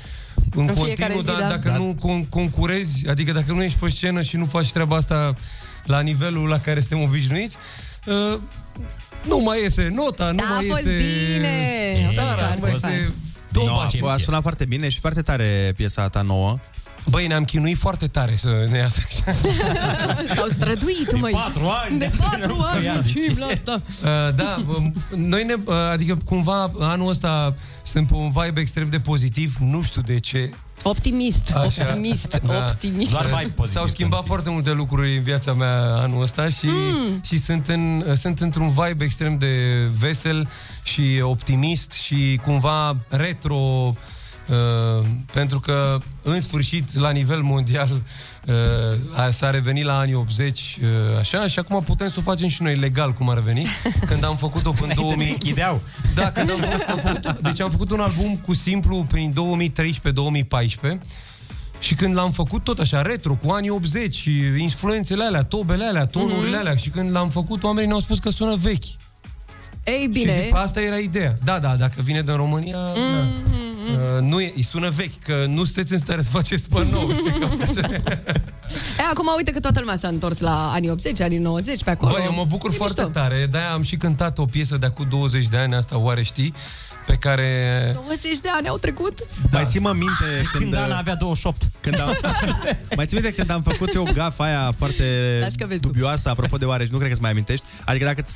în,
În fiecare
continuu,
zi,
dar
da.
dacă
Da.
nu con- concurezi, adică dacă nu ești pe scenă și nu faci treaba asta la nivelul la care suntem obișnuiți, uh, nu mai iese nota, nu
Da,
mai
a fost
iese...
bine! A fost
Da, nu mai
foarte
iese...
No, a sunat foarte bine și foarte tare piesa ta nouă.
Băi, ne-am chinuit foarte tare să ne iasă așa.
S-au străduit, măi! De
patru ani!
De patru ani! Ce la asta?
Uh, da, um, noi ne, uh, adică cumva anul ăsta sunt pe un vibe extrem de pozitiv, nu știu de ce.
Optimist, optimist,
Da.
optimist.
S-au schimbat foarte multe lucruri în viața mea anul ăsta și,
Hmm.
mm. și sunt, în, sunt într-un vibe extrem de vesel și optimist și cumva retro uh, pentru că în sfârșit la nivel mondial uh, a- s-a revenit la anii 80 uh, așa și acum putem să o facem și noi legal cum ar veni când am făcut-o până în 2000 da, când am, făcut- am făcut, deci am făcut un album cu simplu prin 2013-2014 și când l-am făcut tot așa retro, cu anii 80 și influențele alea, tobele alea,
Mhm.
tonurile alea și când l-am făcut, oamenii ne-au spus că sună vechi.
Ei
Și
bine, Mhm.
zic, asta era ideea. Da, da, dacă vine din România, da.
Mm-hmm.
Uh, nu e, îi sună vechi, că nu sunteți în stare să faceți pe nou. știi, cam așa.
e, acum uite că toată lumea s-a întors la anii 80, anii 90, pe acolo.
Băi, eu mă bucur foarte tare, de-aia am și cântat o piesă de acum 20 de ani, asta oare știi, pe care Ah,
20 de ani au trecut?
Da. Mai ții mă minte când...
Când Ana avea 28.
Da, Când am, mai ții minte când am făcut eu gafa aia foarte
Las că vezi tu.
dubioasă, apropo de oare, și nu cred că îți mai amintești. Adică dacă ți,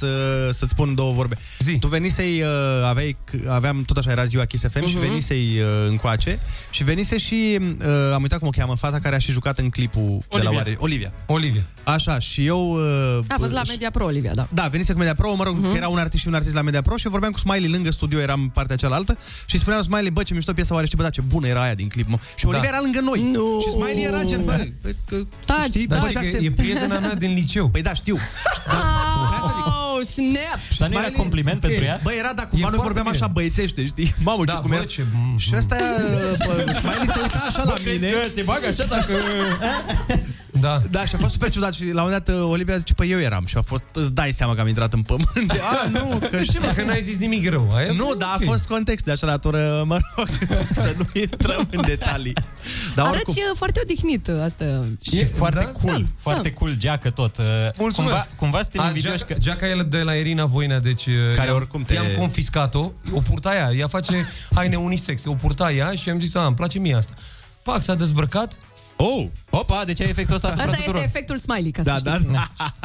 să-ți spun două vorbe.
Zi.
Tu venisei, uh, aveai, aveam tot așa, era ziua Kiss FM uh-huh. și
Mhm.
venisei uh, încoace și venise și, uh, am uitat cum o cheamă, fata care a și jucat în clipul de la
Olivia.
oare, Olivia.
Olivia.
Așa, și eu... Uh,
A fost la
și-
Media Pro, Olivia, da.
da, venise cu Media Pro, mă rog, uh-huh. era un artist și un artist la Media Pro și eu vorbeam cu Smiley lângă studio, eram în partea cealaltă și spuneam lui Smiley, bă, ce mișto piesa oare știi, bă, da, ce bună era aia din clip, mă. Și Olivia
Da.
era lângă noi.
Nu.
Și Smiley era gen, bă, vezi că
Da,
Taci,
Dar
bă,
știi
ce
că
astea-
e prietena mea din liceu.
Păi da, știu.
Oh,
adică-
snap!
Dar nu era compliment pentru ea?
Bă, era, dar cumva noi vorbeam așa băiețește, știi? Mamă, ce cum era. Și ăsta, bă, Smiley se uita așa la
Crezi
mine.
că se bagă așa dacă...
Da.
Da, și a fost super ciudat și la un moment dat uh, Olivia zice, păi eu eram și a fost, îți dai seama că am intrat în pământ. a, nu, că...
De ce, mă, că n-ai zis nimic rău? Aia
nu,
e
dar
ok.
a fost context de așa natură, mă rog, să nu intrăm în detalii. Dar
Arăți
da, oricum,
uh, foarte odihnit uh, asta. Da.
E
da,
foarte cool, foarte cool geacă tot. Uh, Cumva, cumva suntem
A,
invidioși
geaca, geaca e de la Irina Voinea, deci
Care
i-am-
oricum te-
i-am confiscat-o, o purta ea, ea face haine unisex, o purta ea și am zis, a, îmi place mie asta. Pac, s-a dezbrăcat.
Oh!
Opa, de ce ai efectul
Da,
ăsta
Asta este efectul smiley, ca să știți.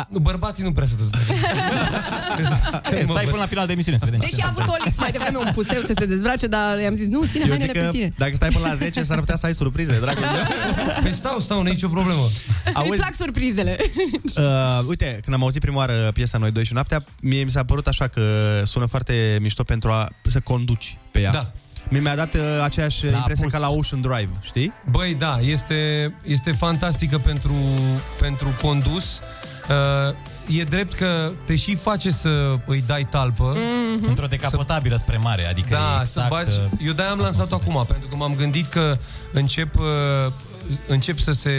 Nu, bărbații nu prea se dezbracă.
Hey, stai până la final de emisiune să vedem.
Deși a avut Olix mai devreme un puseu să se dezbrace, dar i-am zis, nu, ține
eu
hainele
zic
pe
că
tine.
dacă stai până la 10 s-ar putea să ai surprize, dragul meu.
Păi stau, stau, nu e nicio problemă.
Îi
Auzi,
plac surprizele. Da,
Uh, uite, când am auzit prima oară piesa Noi doi și noaptea, mie mi s-a părut așa că sună foarte mișto pentru a să conduci pe ea.
Da.
Mi- Mi-a dat uh, aceeași
L-a
impresie
pus.
ca la Ocean Drive, știi?
Băi, da, este, este fantastică pentru, pentru condus. Uh, e drept că te și face să îi dai talpă.
Mhm. Într-o decapotabilă spre mare, adică
da,
e
să
exact,
bagi.
uh,
Eu de-aia am lansat-o acum, pentru că m-am gândit că încep, uh, încep să se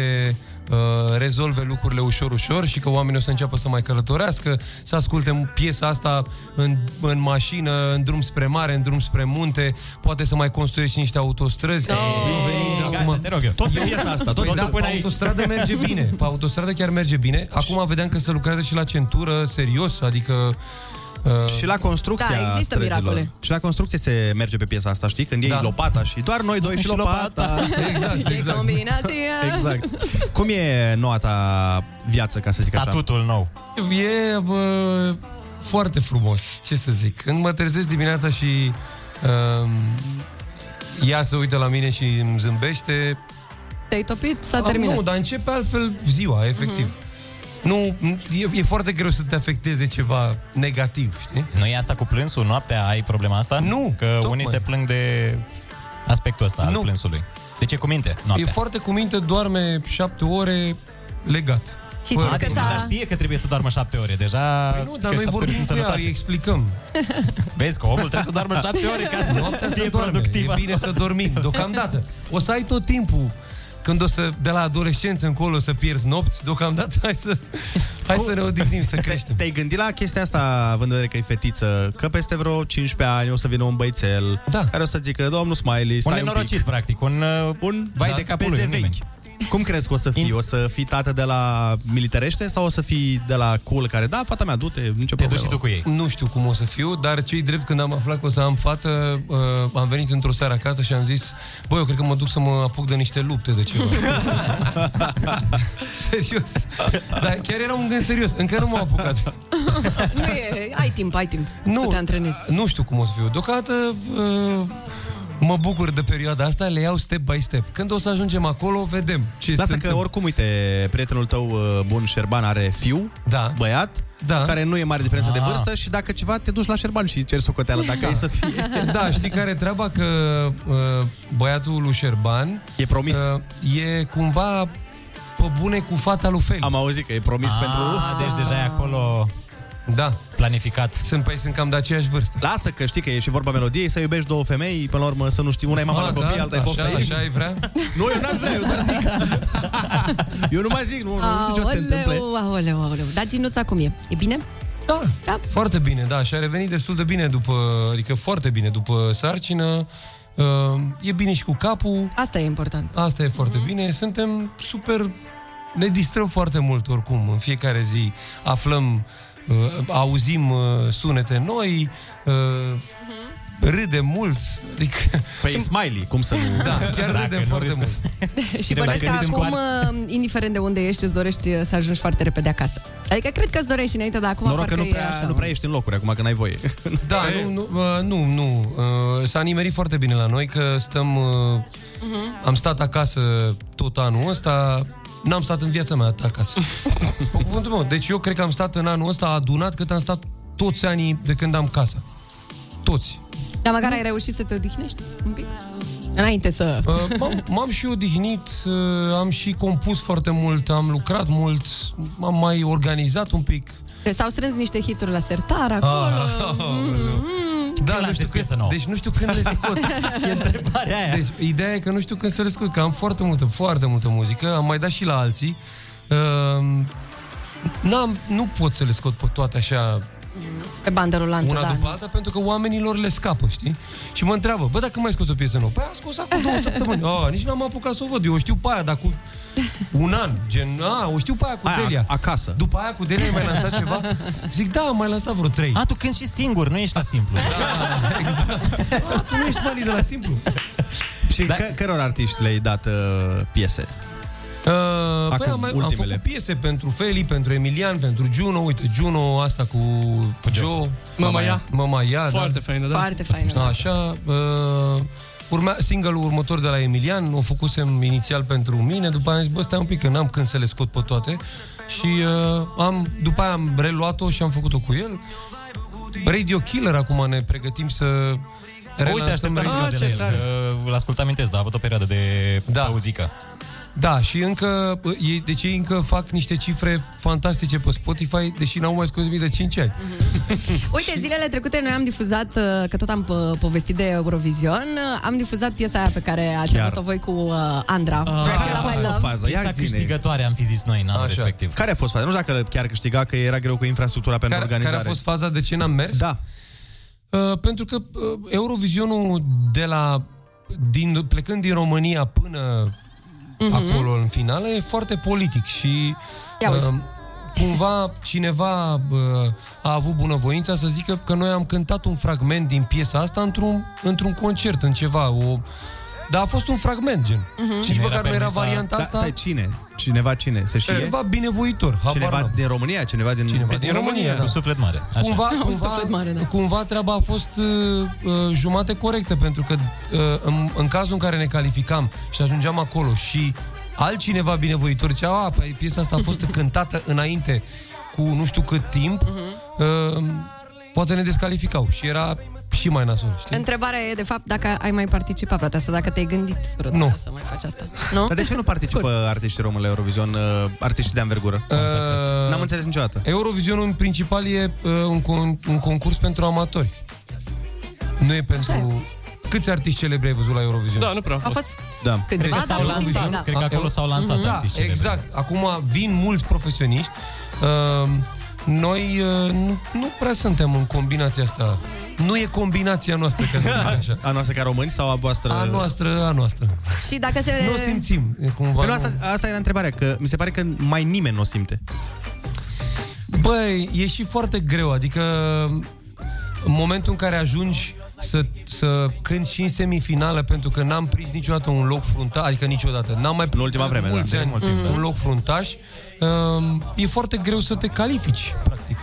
uh, rezolve lucrurile ușor, ușor și că oamenii o să înceapă să mai călătorească, să asculte piesa asta în, în mașină, în drum spre mare, în drum spre munte, poate să mai construiești niște autostrăzi. Eu venind acum-
Tot pe piesa asta, tot,
Păi
tot
da, pe autostradă merge bine. Pe autostradă chiar merge bine. Acum vedeam că se lucrează și la centură, serios, adică... Uh,
Și la construcția
Da, există
străzilor.
miracole.
Și la construcție se merge pe piesa asta, știi? Când iei
Da.
lopata și doar noi doi și,
Și
lopata.
lopata. Exact, E combinația.
exact. Cum e noua ta viață, ca să zic
Statutul nou.
E bă, foarte frumos, ce să zic. Când mă trezesc dimineața și um, ea se uită la mine și îmi zâmbește...
Te-ai topit? S-a
am-
terminat. Mhm.
Ah, Nu, dar începe altfel ziua, efectiv. Nu, e, e foarte greu să te afecteze ceva negativ, știi?
Nu e asta cu plânsul? Noaptea ai problema asta?
Nu,
Că
tocmai.
unii se plâng de aspectul ăsta al
Nu.
plânsului. Deci e cu minte
E
noaptea.
foarte cu minte, doarme șapte ore legat.
Și
Fără-
simți că
Deci
s-a-
deja știe că trebuie să doarmă șapte ore. Deja
Păi nu, dar
că
noi
șapte ore
vorbim
sunt
cu ea,
sănătoase.
îi explicăm.
Vezi că omul trebuie să doarmă șapte ore ca
Noaptea
să
să
fie
doarme,
productiv.
e bine să dormim, deocamdată. O să ai tot timpul când o să, de la adolescență încolo, o să pierzi nopți, deocamdată hai să, hai să ne odihnim, să creștem.
Te-ai gândit la chestia asta, având în vedere că e fetiță, că peste vreo 15 ani o să vină un băițel da. care o să zică, domnul Smiley,
Un
stai un pic.
nenorocit, practic. Un, uh, un
da.
vai de capul lui.
peze
un nimeni.
vechi. Cum crezi că o să fii? O să fii tată de la militarește sau o să fii de la cool care, da, fata mea, du-te, nicio Te problemă.
ei.
Nu știu cum o să fiu, dar cei drept când am aflat că o să am fată, uh, am venit într-o seară acasă și am zis, băi, eu cred că mă duc să mă apuc de niște lupte de ceva. serios. Dar chiar era un gând serios, încă nu m-am apucat.
Nu e, ai timp, ai timp
Nu.
să te antrenezi.
Nu știu cum o să fiu. Deocamdată uh, mă bucur de perioada asta, le iau step by step. Când o să ajungem acolo, vedem ce se
Lasă că
întâmplă.
oricum, uite, prietenul tău uh, bun, Șerban, are fiu,
da.
băiat, da. care nu e mare diferență de
Ah.
vârstă și dacă ceva, te duci la Șerban și ceri socoteală, dacă
Da.
e să fie.
Da, știi care e treaba? Că uh, băiatul lui Șerban uh,
E promis.
e cumva pe bune cu fata lui Feli.
Am auzit că e promis
Ah,
pentru...
deci deja e acolo
da.
planificat.
Sunt, păi, sunt cam de aceeași vârstă.
Lasă că știi că e și vorba melodiei, să iubești două femei, până la urmă să nu știi, una e mama
Ah,
la copii,
da,
alta e pofta
așa,
inimii.
așa ai vrea?
Nu, eu n-aș vrea, eu doar zic. eu nu mai zic, nu, nu știu ce o să se întâmple.
Aoleu, aoleu, aoleu. Dar Ginuța cum e? E bine?
Da.
Exact.
Foarte bine, da. Și a revenit destul de bine după, adică foarte bine după sarcină. Uh, e bine și cu capul.
Asta e important. Mhm.
Asta e foarte bine. Suntem super... Ne distrăm foarte mult oricum. În fiecare zi aflăm, uh, auzim uh, sunete noi, uh,
Mhm.
râdem mult. Adică...
Păi smiley, cum să nu...
Da, chiar
Dacă
râdem
nu
foarte
râzi cu-
mult.
Și
Dacă
bănuiesc că
nici în
acum,
coarț.
uh, indiferent de unde ești, îți dorești uh, să ajungi foarte repede acasă. Adică cred că îți dorești și înainte, dar acum
Noroc că
parcă
nu
e
prea,
așa.
nu prea ești în locuri acum, că n-ai voie.
Da, nu, nu, uh, nu, nu. Uh, S-a nimerit foarte bine la noi că stăm... uh, Am stat acasă tot anul ăsta, n-am stat în viața mea atât acasă. Pe cuvântul meu. Deci eu cred că am stat în anul ăsta adunat cât am stat toți anii de când am casa. Toți.
Dar măcar ai reușit să te odihnești un pic? Înainte să...
Uh, M-am, m-am și odihnit, uh, am și compus foarte mult, am lucrat mult, m-am mai organizat un pic.
Te s-au strâns niște hituri la sertar
Ah.
acolo.
Da, nu știu când, deci nu știu când le scot.
E întrebarea aia.
Deci, ideea e că nu știu când să le scot, că am foarte multă, foarte multă muzică, am mai dat și la alții. Uh, n-am, nu pot să le scot pe toate așa
Pe bandă rulantă,
una
da.
după alta, pentru că oamenilor le scapă, știi? Și mă întreabă, bă, dacă mai scoți o piesă nouă? Păi a scos acum două săptămâni. A, nici n-am apucat să o văd. Eu o știu pe aia, dar cu un an. Gen, a, o știu pe aia cu
Aia,
Delia.
acasă.
După aia cu Delia ai mai lansat ceva? Zic, da, am mai lansat vreo trei.
A, tu când și singur, nu ești la simplu.
A, exact. tu nu ești mali de la simplu.
Și da. că, căror artiști le-ai dat uh, piese?
Uh, Acum, păi am, mai, am făcut piese pentru Feli, pentru Emilian, pentru Juno. Uite, Juno, asta cu Joe.
Da. Mama Ia.
Mama Ia,
Foarte
da.
faină, da. Foarte faină, da.
Așa. Uh, urma, single-ul următor de la Emilian o făcusem inițial pentru mine, după aia am zis, bă, stai un pic, că n-am când să le scot pe toate. Și uh, am, după aia am reluat-o și am făcut-o cu el. Radio Killer acum ne pregătim să
Uite,
relansăm
așteptam
Radio
ah, de la el.
Killer.
că Îl ascult amintesc, dar a avut o perioadă de da. pauzică.
Da, și încă, bă, ei, deci ei încă fac niște cifre fantastice pe Spotify, deși n-au mai scos mii de 5 ani.
Uite, zilele trecute noi am difuzat, uh, că tot am po- povestit de Eurovision, uh, am difuzat piesa aia pe care ați
Chiar.
avut-o voi cu uh, Andra.
Ah.
Dracula My Love.
fază? Ia
Piesa
ține.
câștigătoare am fi zis noi în anul
Așa.
respectiv.
Care a fost faza? Nu știu dacă chiar câștiga, că era greu cu infrastructura pentru
care,
organizare.
care a fost faza de ce n-am mers?
Da.
Uh, pentru că uh, Eurovizionul de la din, plecând din România până uh-huh. acolo în finală e foarte politic și uh,
Ia uzi.
cumva cineva uh, a avut bunăvoința să zică că noi am cântat un fragment din piesa asta într-un, într-un concert, în ceva, o dar a fost un fragment, gen.
Mhm.
Uh-huh. Și nici măcar nu era varianta
da,
asta.
Stai, cine? Cineva cine? Se știe?
Cineva binevoitor. habar
Cineva
n-am.
din România? Cineva din...
Cineva din România, da. Cu suflet
mare.
Cumva, cumva, mare, da. cumva treaba a fost uh, uh, jumate corectă, pentru că uh, în, în cazul în care ne calificam și ajungeam acolo și altcineva binevoitor zicea, a, păi piesa asta a fost cântată înainte cu nu știu cât timp, uh, poate ne descalificau și era și mai nasol, știi?
Deci, Întrebarea e, de fapt, dacă ai mai participat vreodată sau dacă te-ai gândit vreodată
Nu.
să mai faci asta. Nu?
Dar de ce nu participă artiștii români la Eurovision, uh, artiștii de anvergură?
Uh,
N-am înțeles niciodată.
Eurovisionul în principal e uh, un, con- un concurs pentru amatori. Nu e pentru... Câți artiști celebri ai văzut la Eurovision?
Da, nu prea au
Au fost
Da.
câțiva,
că
dar
s-au
puțini,
lansat.
da.
Cred că acolo s-au lansat
Da,
artiștii de
exact. Acum vin mulți profesioniști. Uh, Noi uh, nu, nu prea suntem în combinația asta. Nu e combinația noastră, ca să zic așa.
A noastră ca români sau a voastră?
A noastră, a noastră.
Și dacă se...
Nu simțim, e cumva.
Păi nu,
nu-
asta, asta era întrebarea, că mi se pare că mai nimeni nu o simte.
Băi, e și foarte greu, adică în momentul în care ajungi să, să cânti și în semifinală pentru că n-am prins niciodată un loc fruntaș, adică niciodată, n-am mai prins în ultima
vreme, da,
mulți
de
ani
mult timp, da.
un loc fruntaș, um, e foarte greu să te califici, practic.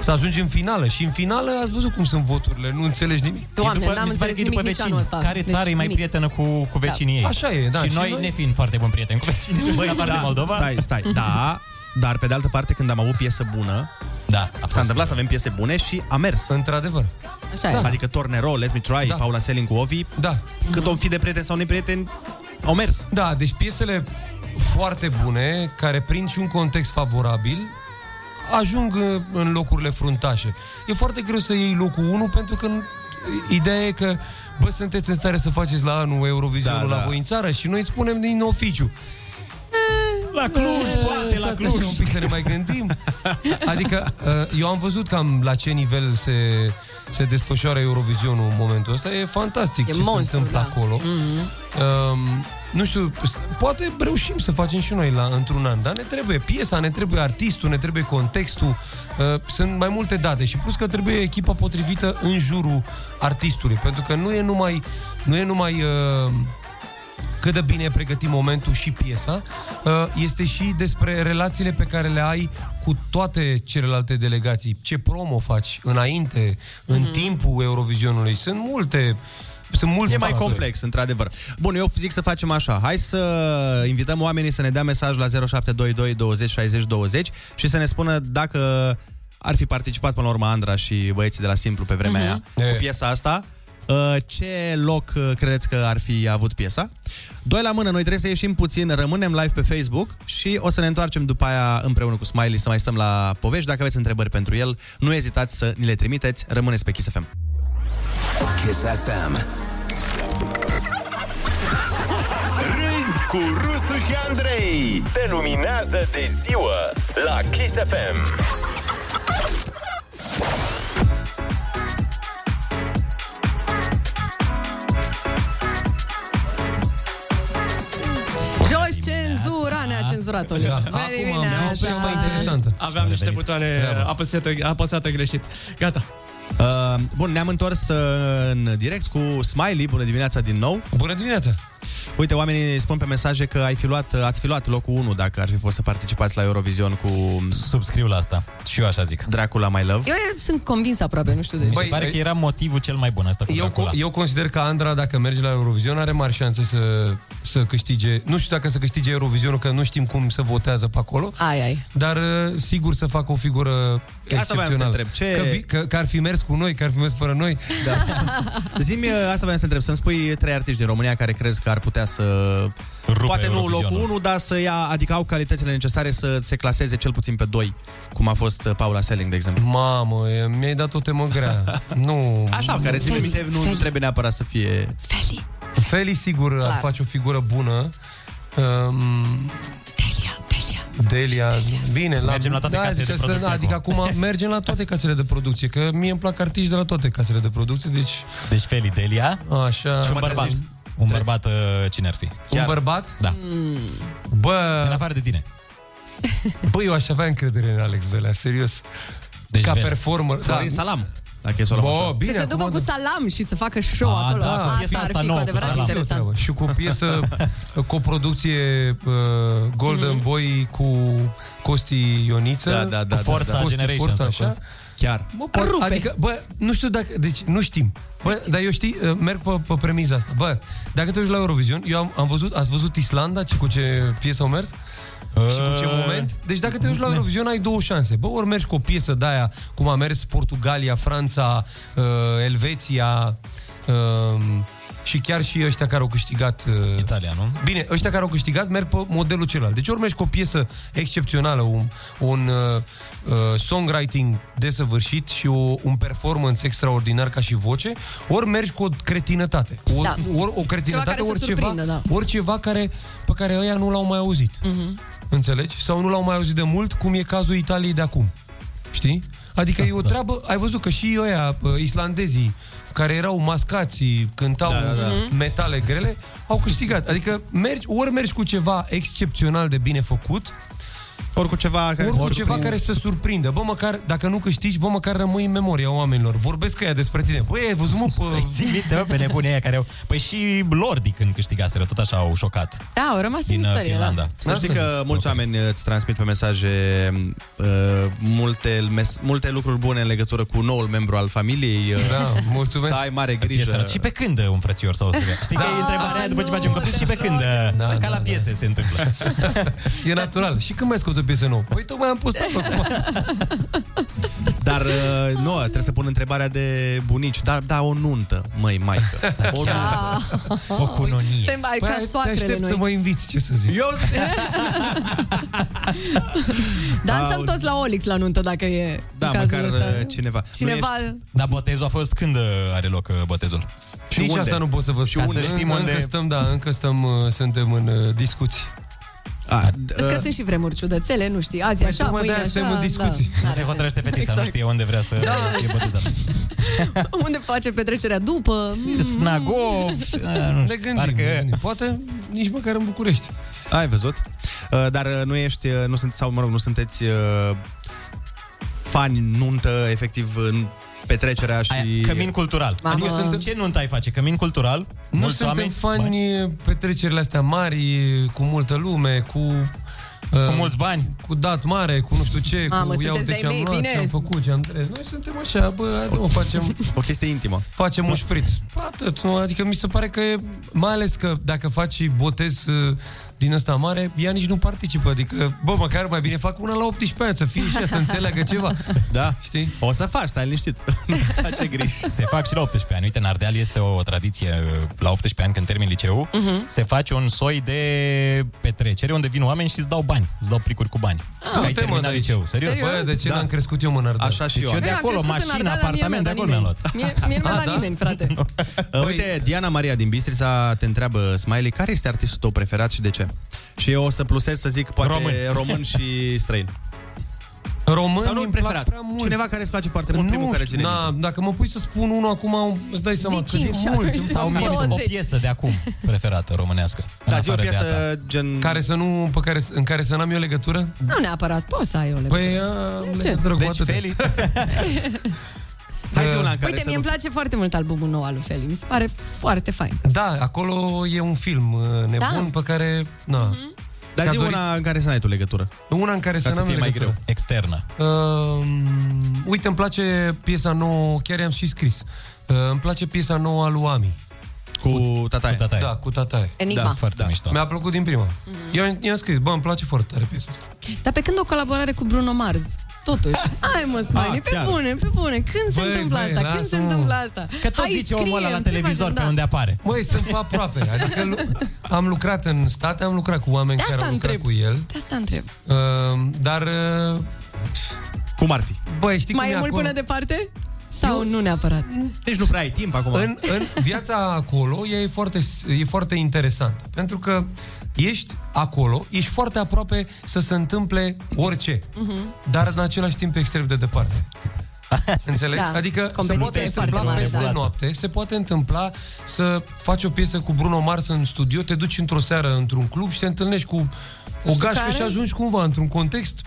Să ajungi în finală. Și în finală ați văzut cum sunt voturile, nu înțelegi nimic.
Doamne,
E după-
n-am
mi se pare
înțeles
că e după
nimic nici
vecini.
anul ăsta.
Care
Deci
țară e mai
nimic.
prietenă cu, cu vecinii
Da.
ei?
Așa e, da,
Și,
și
noi,
noi-
ne fiind foarte buni prieteni cu vecinii, Băi, la parte
da,
Moldova.
Stai, stai, da. Dar pe de altă parte, când am avut piesă bună,
da,
s-a întâmplat să avem piese bune și a mers.
Într-adevăr.
Așa e.
Adică Tornero, Let Me Try, Paula Selin cu Ovi.
Da.
Cât om fi de prieteni sau neprieteni, au mers.
Da, deci piesele foarte bune, care prind și un context favorabil, ajung uh, în locurile fruntașe. E foarte greu să iei locul 1 pentru că n- ideea e că bă, sunteți în stare să faceți la anul Eurovisionul
Da,
da,
da.
la voi în țară și noi spunem din oficiu. Eh,
La Cluj, poate, la
stați
Cluj.
așa Un pic să ne mai gândim. Adică uh, eu am văzut cam la ce nivel se, se desfășoară Eurovisionul în momentul ăsta. E fantastic
E
ce
monstru,
se întâmplă
da.
acolo. Um, nu știu, s- poate reușim să facem și noi la, într-un an, dar ne trebuie piesa, ne trebuie artistul, ne trebuie contextul, uh, sunt mai multe date și plus că trebuie echipa potrivită în jurul artistului, pentru că nu e numai, nu e numai uh, cât de bine pregăti momentul și piesa, uh, este și despre relațiile pe care le ai cu toate celelalte delegații. Ce promo faci înainte, în
Mhm.
timpul Eurovisionului. Sunt multe sunt mulți
E mai
factori.
complex, într-adevăr. Bun, eu zic să facem așa. Hai să invităm oamenii să ne dea mesaj la 0722 20 60 20 și să ne spună dacă ar fi participat până la urmă Andra și băieții de la Simplu pe vremea aia
E.
cu piesa asta. Uh, Ce loc uh, credeți că ar fi avut piesa? Doi la mână, noi trebuie să ieșim puțin, rămânem live pe Facebook și o să ne întoarcem după aia împreună cu Smiley să mai stăm la povești. Dacă aveți întrebări pentru el, nu ezitați să ni le trimiteți. Rămâneți pe Kiss FM.
Kiss FM.
Râzi Cu Rusu și Andrei Te luminează de ziua La Kiss FM
Jos cenzura, ne-a cenzurat Olex. Bună dimineața!
Aveam niște butoane apăsate, apăsate greșit. Gata.
Uh, bun, ne-am întors uh, în direct cu Smiley. Bună dimineața din nou.
Bună dimineața.
Uite, oamenii spun pe mesaje că ai fi luat, ați fi luat locul 1 dacă ar fi fost să participați la Eurovision cu...
Subscriu la asta. Și eu așa zic.
Dracula My Love.
Eu e- sunt convins aproape, nu știu de ce.
Mi se pare că era motivul cel mai bun asta cu
Eu,
Dracula.
co- eu consider că Andra, dacă merge la Eurovision, are mari șanse să, să câștige... Nu știu dacă să câștige Eurovisionul, că nu știm cum se votează pe acolo.
Ai, ai.
Dar uh, sigur să facă o figură
voiam să te
excepțională.
întreb. Ce-
Că, vi- că, că, ar fi mers cu noi, că ar fi mers fără noi.
Da. Zimi, uh, asta vreau să te întreb, să-mi spui trei artiști din România care crezi că ar putea să... Rupe poate nu
Eurovizionul.
locul 1, dar să ia, adică au calitățile necesare să se claseze cel puțin pe 2, cum a fost uh, Paula Selling, de exemplu.
Mamă, e- mi-ai dat o temă grea. nu.
Așa, care ține
Feli,
minte, nu
Feli.
trebuie neapărat să fie...
Feli.
Feli, sigur, Clar.
Clar.
ar face o figură bună. Um, Delia, Delia. Bine,
Mergem la toate casele de
adică
producție
Adică acum mergem la toate casele de producție, că mie îmi plac artiști de la toate casele de producție, deci...
Deci Feli Delia.
Da?
Așa.
Și un bărbat. Un bărbat, uh, cine ar fi?
Un bărbat? Mm.
Da.
Bă...
În afară de tine.
Bă, eu aș avea încredere în Alex Velea, serios. Deci Ca performer. da.
Florin Salam, dacă e să o luăm
Bă,
așa.
Oh, bine,
să se ducă
acum-
cu salam și să facă show
A,
acolo.
da,
asta ar fi cu adevărat
cu
interesant.
Și cu o piesă coproducție uh,
Mm.
Golden Boy cu Costi Ioniță.
Da, da, da,
cu
da, da.
Costi Forța, așa.
Chiar.
Mă, bă, Adică, bă, nu știu dacă... Deci, nu știm. Bă, dar eu știi, uh, merg pe, pe premiza asta. Bă, dacă te uiți la Eurovision, eu am, am văzut, ați văzut Islanda, ce, cu ce piesă au mers?
Ă,
Și cu ce
Uh,
moment? Deci dacă te duci la Eurovision ai două șanse. Bă, ori mergi cu o piesă de aia, cum a mers Portugalia, Franța, uh, Elveția uh, și chiar și ăștia care au câștigat... Uh,
Italia, nu?
Bine, ăștia care au câștigat merg pe modelul celălalt. Deci ori mergi cu o piesă excepțională, un, un uh, uh, songwriting desăvârșit și o, un performance extraordinar ca și voce, ori mergi cu o cretinătate. Ori,
Da.
ori o cretinătate,
care să
ori ceva,
surprindă, da. Mhm.
oriceva care, pe care ăia nu l-au mai auzit. Înțelegi? Sau nu l-au mai auzit de mult, cum e cazul Italiei de acum. Știi? Adică da, e o treabă, ai văzut că și ăia, bă, islandezii, care erau mascați, cântau da, da,
Mhm.
da. metale grele, au câștigat. Adică mergi, ori mergi cu ceva excepțional de bine făcut,
ori cu ceva care,
ori cu ceva care să surprindă. Bă, măcar, dacă nu câștigi, bă, măcar rămâi în memoria oamenilor. Vorbesc ea despre tine. Băi, ai văzut, mă, pe...
Ții minte, mă, pe nebunii aia care au... Păi și Lordi când câștigaseră, tot așa au șocat.
Da, au rămas
Din,
în
uh,
istorie, da.
Finlanda.
Să știi că mulți oameni uh, îți transmit pe mesaje uh, multe, mes- multe lucruri bune în legătură cu noul membru al familiei. uh,
Da, mulțumesc. Da.
Să ai mare
Piesa.
grijă.
Și pe când uh, un frățior sau o soție? Știi că e întrebarea aia după ce faci un copil și pe când? uh, Ca la piese se întâmplă.
E natural. Și când mai scoți o piesă nouă? Păi tocmai am postat acum.
Dar uh, nu, trebuie să pun întrebarea de bunici. Dar da, o nuntă, măi, maică. O nuntă.
O cunonie.
Suntem mai
Păi,
ca
te
soacrele
aștept să
noi.
mă inviți, ce să zic.
Eu
Dansăm
Au-
Da, toți la Olix la nuntă, dacă e
Da,
cazul
măcar
ăsta.
uh, cineva. Nu
Cineva...
ești-
Dar botezul a fost când uh, are loc uh, botezul?
Și Nici
unde?
asta nu pot să vă spun.
Ca să știm
încă
unde-
stăm, da, încă stăm, uh, suntem în uh, discuții.
A,
Vezi că sunt și vremuri ciudățele, nu știi, azi e așa,
uh, tocmai
mâine
de-aia
așa.
suntem în discuții.
Da,
Se
da.
hotărăște fetița, nu
Exact.
știe unde vrea să
Da.
fie botezată.
Unde face petrecerea după? mm.
Snagov!
Ah, nu
Ne
știu,
gândim,
parcă-
ne gândim. Poate nici măcar în București.
Ai văzut? Uh, Dar uh, nu ești, uh, nu sunt, sau mă rog, nu sunteți uh, fani nuntă, efectiv, în petrecerea și...
Aia, cămin cultural.
Mamă.
Adică sunt... Ce nuntă ai face? Cămin cultural?
Nu
Mulți
suntem
oameni?
fani petrecerile astea mari, cu multă lume, cu... cu
mulți bani.
Cu dat mare, cu nu știu ce,
Mamă,
cu iau
sunteți de-ai
de ce am
mei,
luat,
bine?
ce am făcut, ce am trăit. Noi suntem așa, bă, haide, mă, facem,
O chestie intimă.
facem un șpriț. Atât, nu? Adică mi se pare că e, mai ales că dacă faci și botez uh, din ăsta mare, ea nici nu participă. Adică, bă, măcar mai bine fac una la 18 ani, să fie și ea, să înțeleagă ceva.
Da.
Știi?
O să faci, stai liniștit. Face griji.
Se fac și la 18 ani. Uite, în Ardeal este o tradiție la 18 ani când termin liceu. Se face un soi de petrecere unde vin oameni și îți dau bani. bani, îți dau plicuri cu bani. Ah, ai terminat liceu, serios? Da.
Bă, de ce n-am crescut eu mă în Ardeal? Așa
și Deci eu. eu de acolo, mașină,
apartament, de acolo mi-am luat. Mie, mie nu mi-a
Ah,
dat
da?
nimeni, frate.
Păi... Uite, Diana Maria din Bistrița te întreabă, Smiley, care este artistul tău preferat și de ce? Și eu o să plusez să zic poate român,
Român.
român și străin.
Român
Sau nu
îmi
preferat.
plac prea mult.
Cineva care îți place foarte mult,
nu
primul care
știu,
ține
na, dacă mă pui să spun unul acum, îți dai seama
Zi
că
cinci și
sunt mulți.
atunci
îmi
sau
plac
mie
mult.
o piesă
de acum preferată românească.
Da,
zi o afară de a piesă ta. gen...
Care să nu, pe care, în care să n-am eu legătură?
Nu neapărat, poți să ai o legătură.
Păi,
De ce?
legătură cu atât. Feli.
Hai zi una în
Uite, mie îmi place foarte mult albumul nou al lui Feli. Mi se pare foarte fain.
Da, acolo e un film uh,
Da.
nebun pe care... Na.
Mhm.
Dar zi una în care să n-ai tu legătură.
Una în care
Ca
să
să
n-am
fie mai
legătură.
greu.
Externă.
Uh, uite, îmi place piesa nouă, chiar i-am și scris. Uh, îmi place piesa nouă a lui Ami.
Cu tataie.
Cu tataie. Da, cu tataie.
Enigma. Mhm. Da,
foarte mișto.
Mi-a plăcut din prima. Eu i-am scris, bă, îmi place foarte tare piesa asta.
Dar pe când o colaborare cu Bruno Mars? Totuși. Hai mă, Smiley,
Ah,
pe
chiar.
bune, pe bune. Când se
Băi,
întâmplă
băi,
asta? Când se
lasă-mă.
întâmplă asta?
Că tot
Hai,
zice omul ăla la
scriem, ce
televizor
facem?
pe
Da.
unde apare.
Măi, sunt pe aproape. Adică lu- am lucrat în state, am lucrat cu oameni
De
care
asta
au lucrat
întreb.
cu el.
De asta întreb.
Uh, dar... Uh,
cum ar fi?
Băi, știi
Mai e
cum e
mult
acolo?
până departe? Sau nu neapărat?
Deci nu prea ai timp acum.
În, în viața acolo e foarte, e foarte interesant. Pentru că ești acolo, ești foarte aproape să se întâmple orice.
Mhm.
Dar în același timp extrem de departe. Înțelegi?
Da.
Adică se
Competiția
poate
e
întâmpla
foarte mare,
peste
da.
noapte, se poate întâmpla să faci o piesă cu Bruno Mars în studio, te duci într-o seară într-un club și te întâlnești cu o
știu
gașcă
care?
și ajungi cumva într-un context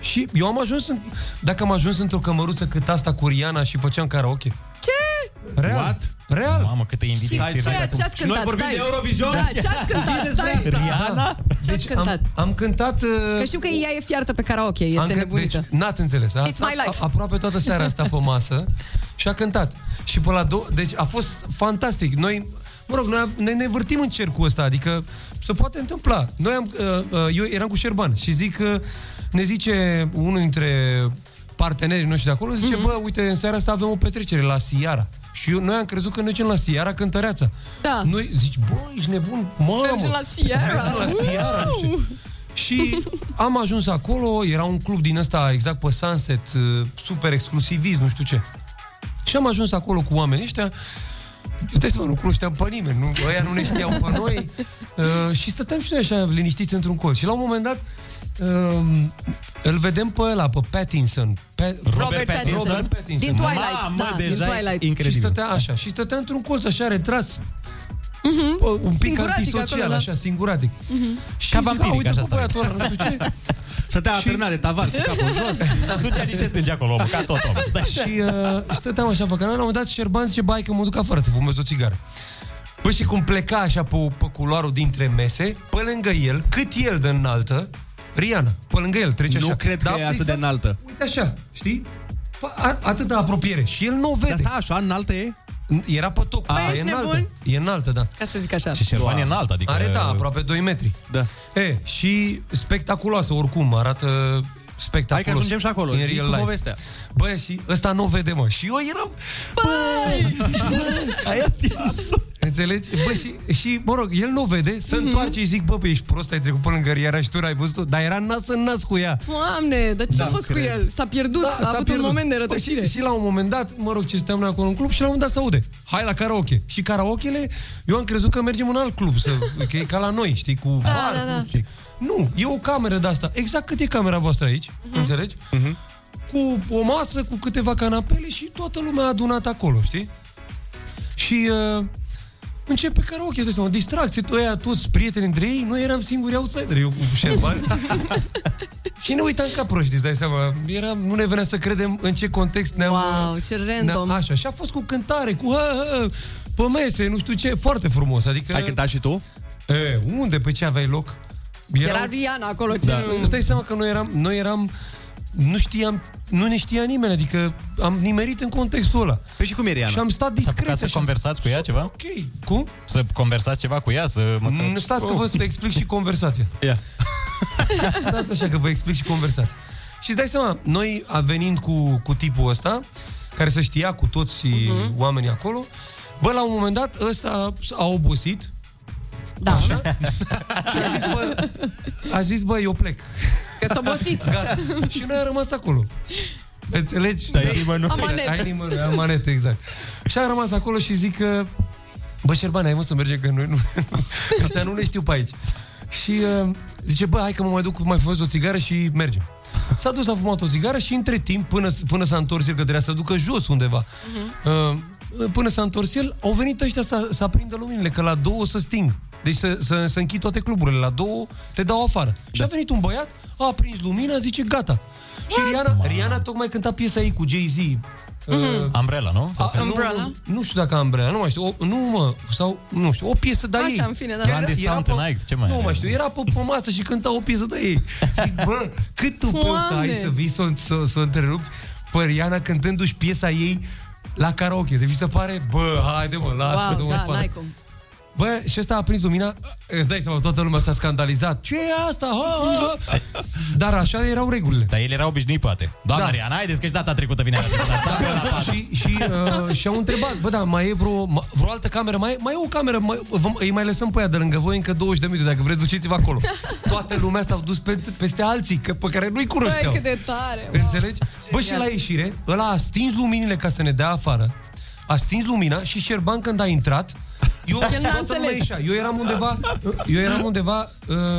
și eu am ajuns în, dacă am ajuns într-o cămăruță cât asta cu Rihanna și făceam karaoke.
Ce?
Real.
What?
Real.
Mamă, câtă
Și
invidia.
ce, ce ați cântat?
Și noi vorbim
Stai.
de Eurovision?
Da, ce ați cântat?
Zi
Stai,
despre
stai.
Rihanna? Deci
Ce ați cântat?
Am, am cântat... uh,
Că știu că ea e fiartă pe karaoke,
am
este
cânt-
nebunită.
Deci, n-ați înțeles. A
It's
stat
my life.
A, aproape toată seara a stat pe masă și a cântat. Și pe la două... Deci a fost fantastic. Noi, mă rog, noi ne, ne vârtim în cercul ăsta, adică se poate întâmpla. Noi am, uh, uh, eu eram cu Șerban și zic că ne zice unul dintre partenerii noștri de acolo,
Mhm.
zice, bă, uite, în seara asta avem o petrecere la Siara. Și eu, noi am crezut că ne ducem la Siara cântăreața.
Da.
Noi zici, bă, ești nebun, mamă.
Mergem la Sierra.
Mergem la Sierra, nu știu. Și am ajuns acolo, era un club din ăsta exact pe Sunset, uh, super exclusivist, nu știu ce. Și am ajuns acolo cu oamenii ăștia, Stai să mă, nu cunoșteam pe nimeni, nu, ăia nu ne știau pe noi uh, și stăteam și noi așa liniștiți într-un colț. Și la un moment dat uh, îl vedem pe ăla, pe Pattinson. Pe,
Robert Pattinson.
Robert Pattinson.
Din Twilight, Mamă, da, din deja e Twilight. incredibil.
Și stătea așa, și stătea într-un colț așa retras, uh, un pic
Mhm. Singuratic
antisocial,
acolo, da.
așa, singuratic.
Mhm.
Și
Ca
zic,
vampiric,
"A, uite,
așa
bă,
stare."
băiatul ăla, nu știu ce.
Să te atârna de tavan cu capul jos.
Sugea niște sânge acolo, omul, ca tot omul.
și uh, stăteam așa pe canal, la un moment dat Șerban zice, bai că mă duc afară să fumez o țigară. Păi și cum pleca așa pe, pe culoarul dintre mese, pe lângă el, cât el de înaltă, Riana, pe lângă el, trece
Nu
așa. Da, păi exact.
cred că e atât de înaltă.
Uite așa, știi? Fa- A, atâta apropiere. Și el nu o vede. Dar
asta așa, înaltă e?
Era pe top.
Ah.
Păi
da,
ești
e înaltă.
nebun?
E înaltă, da.
Ca să zic așa.
Doamne. Are, da, aproape 2 metri.
Da.
E, și spectaculoasă, oricum, arată spectaculos.
Hai că ajungem și acolo,
în
zi
real
cu
life.
povestea.
Bă, și ăsta nu o vede, mă. Și eu eram...
Băi!
Ai atins Înțelegi? Bă, și, și, mă rog, el nu o vede, se
Mhm.
întoarce și zic, bă, bă, ești prost, ai trecut până lângă Riara și tu n-ai văzut Dar era nas în nas cu ea.
Doamne, dar ce
Da,
a fost
cred.
cu el? S-a pierdut,
Da,
a
s-a
avut
pierdut.
un moment de
Bă,
rătăcire.
și, și la un moment dat, mă rog, ce stăm noi acolo în club și la un moment dat se aude. Hai la karaoke. Și karaokele, eu am crezut că mergem în alt club, să, că e ca la noi, știi, cu
Da,
bar,
da, da.
Cu, știi. Nu, e o cameră de asta. Exact cât e camera voastră aici,
Mhm.
înțelegi? Cu o masă, cu câteva canapele și toată lumea adunată acolo, știi? Și uh, începe karaoke, stai seama, distracție, tu aia, toți prietenii între ei, noi eram singuri outsider, eu cu Șerban. și ne uitam ca proști, îți dai seama, era, nu ne venea să credem în ce context ne-am...
Wow, ce random.
Ne-am, așa, și a fost cu cântare, cu hă, hă, pe mese, nu știu ce, foarte frumos, adică...
Ai cântat și tu?
E, unde, pe ce aveai loc?
Era Rihanna acolo, ce-
Da. Îți dai seama că noi eram, noi eram nu știam, nu ne știa nimeni, adică am nimerit în contextul ăla.
Păi și cum e Rihanna?
Și am stat
Discret,
discret
să
așa.
conversați cu ea ceva? Ok.
Cum?
Să conversați ceva cu ea? Să mă... Oh.
Nu stați că vă explic și conversația.
Ia.
Stați așa că vă explic și conversația. Și îți dai seama, noi a venind cu, cu tipul ăsta, care se știa cu
Mhm.
toți oamenii acolo, bă, la un moment dat ăsta a obosit
Da.
A zis, bă, eu plec.
Că s-a obosit.
Gata. Și noi am rămas acolo. Înțelegi?
Dai nimănui.
Amanet.
Dai nimănui, amanet, exact. Și am rămas acolo și zic că... Bă, Șerban, ai mă să merge, că noi nu... Ăștia nu le știu pe aici. Și uh, zice, bă, hai că mă mai duc, mai fumez o țigară și mergem. S-a dus, a fumat o țigară și între timp, până, până s-a întors el, că trebuia să ducă jos undeva, uh, până s-a întors el, au venit ăștia să, să aprindă luminile, că la două să sting. Deci să, să, să închid toate cluburile, la două te dau afară. Da. Și a venit un băiat, a aprins lumina, zice, gata. Și Rihanna, Rihanna tocmai cânta piesa ei cu Jay-Z. Uh,
Umbrella, nu?
A,
Umbrella?
Nu, nu știu dacă Umbrella, nu mai știu. O, nu, mă, sau, nu știu, o piesă de
Așa,
ei.
în fine, da.
Era-
Brandy
era
Fountain
pe-
Act, ce mai
Nu
are?
mai știu, era pe, pe masă și cânta o piesă de ei. Zic, bă, cât tu poți să ai
Doamne!
să vii să, să, să întrerupi pe Rihanna cântându-și piesa ei la karaoke. Deci mi se pare, bă, haide mă, lasă,
Wow,
wow,
da, n-ai cum.
Bă, și ăsta a prins lumina, îți dai seama, toată lumea s-a scandalizat. Ce e asta? Ha, ha, ha. Dar așa erau regulile.
Dar el era obișnuit, poate. Doamna
Da.
da. Riana, haideți că și data trecută vine la
și, și, uh, și au întrebat, bă, da, mai e vreo, ma- vreo altă cameră, mai, mai e o cameră, mai, vă, îi mai lăsăm pe aia de lângă voi încă 20 de minute, dacă vreți, duceți-vă acolo. Toată lumea s-a dus pe, peste alții, că, pe care nu-i
Băi,
cunoșteau.
cât de tare. mă.
Înțelegi? Bă, și la ieșire, ăla a stins luminile ca să ne dea afară, a stins lumina și Șerban când a intrat, eu,
El n-a
toată
înțeles.
lumea ieșea. eu eram undeva, eu eram undeva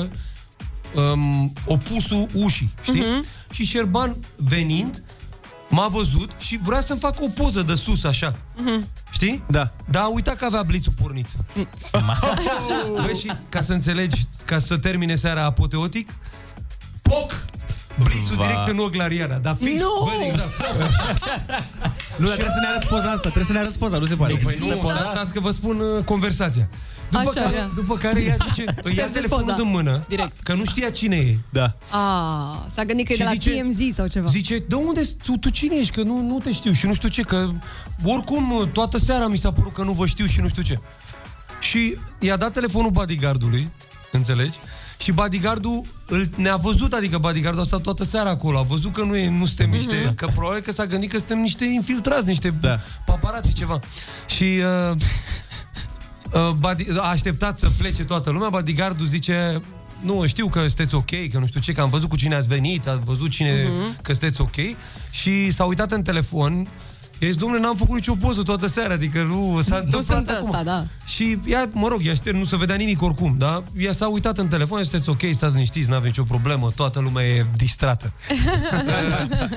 uh, um, opusul ușii, știi?
Mhm.
Uh-huh. Și Șerban venind, m-a văzut și vrea să-mi facă o poză de sus, așa.
Mhm.
Știi? Da. Dar a uitat că avea blițul pornit.
Mm.
Băi, și ca să înțelegi, ca să termine seara apoteotic, poc! Blițul
Va.
direct în ochi la Riana, dar fix,
Nu!
bă, exact.
Nu, dar trebuie să ne arăți poza asta, trebuie să ne arăți poza, nu se pare.
Păi nu, stați că vă spun uh, conversația. După,
Așa,
care,
ia.
după care ea zice, îi ia
Ștergeți
telefonul
poza.
în mână,
Direct.
că nu știa cine e. Da.
A, s-a gândit că e
Și
de la
zice-
TMZ sau ceva.
Zice, de unde, tu, tu cine ești, că nu, nu te știu și nu știu ce, că oricum toată seara mi s-a părut că nu vă știu și nu știu ce. Și i-a dat telefonul bodyguardului, înțelegi? Și bodyguardul îl, ne-a văzut, adică bodyguardul a stat toată seara acolo, a văzut că nu, e, nu suntem niște,
Mhm.
că probabil că s-a gândit că suntem niște infiltrați, niște da. paparazzi, ceva. Și uh, uh, body, a așteptat să plece toată lumea, bodyguardul zice, nu, știu că sunteți ok, că nu știu ce, că am văzut cu cine ați venit, ați văzut cine,
Mhm.
uh-huh. că sunteți ok. Și s-a uitat în telefon, i-a zis, domnule, n-am făcut nicio poză toată seara, adică nu s-a
Nu
întâmplat
sunt
acum.
ăsta, da.
Și ea, mă rog, ea șterg, nu se vedea nimic oricum, da? Ea s-a uitat în telefon, sunteți ok, stați liniștiți, n-aveți nicio problemă, toată lumea e distrată.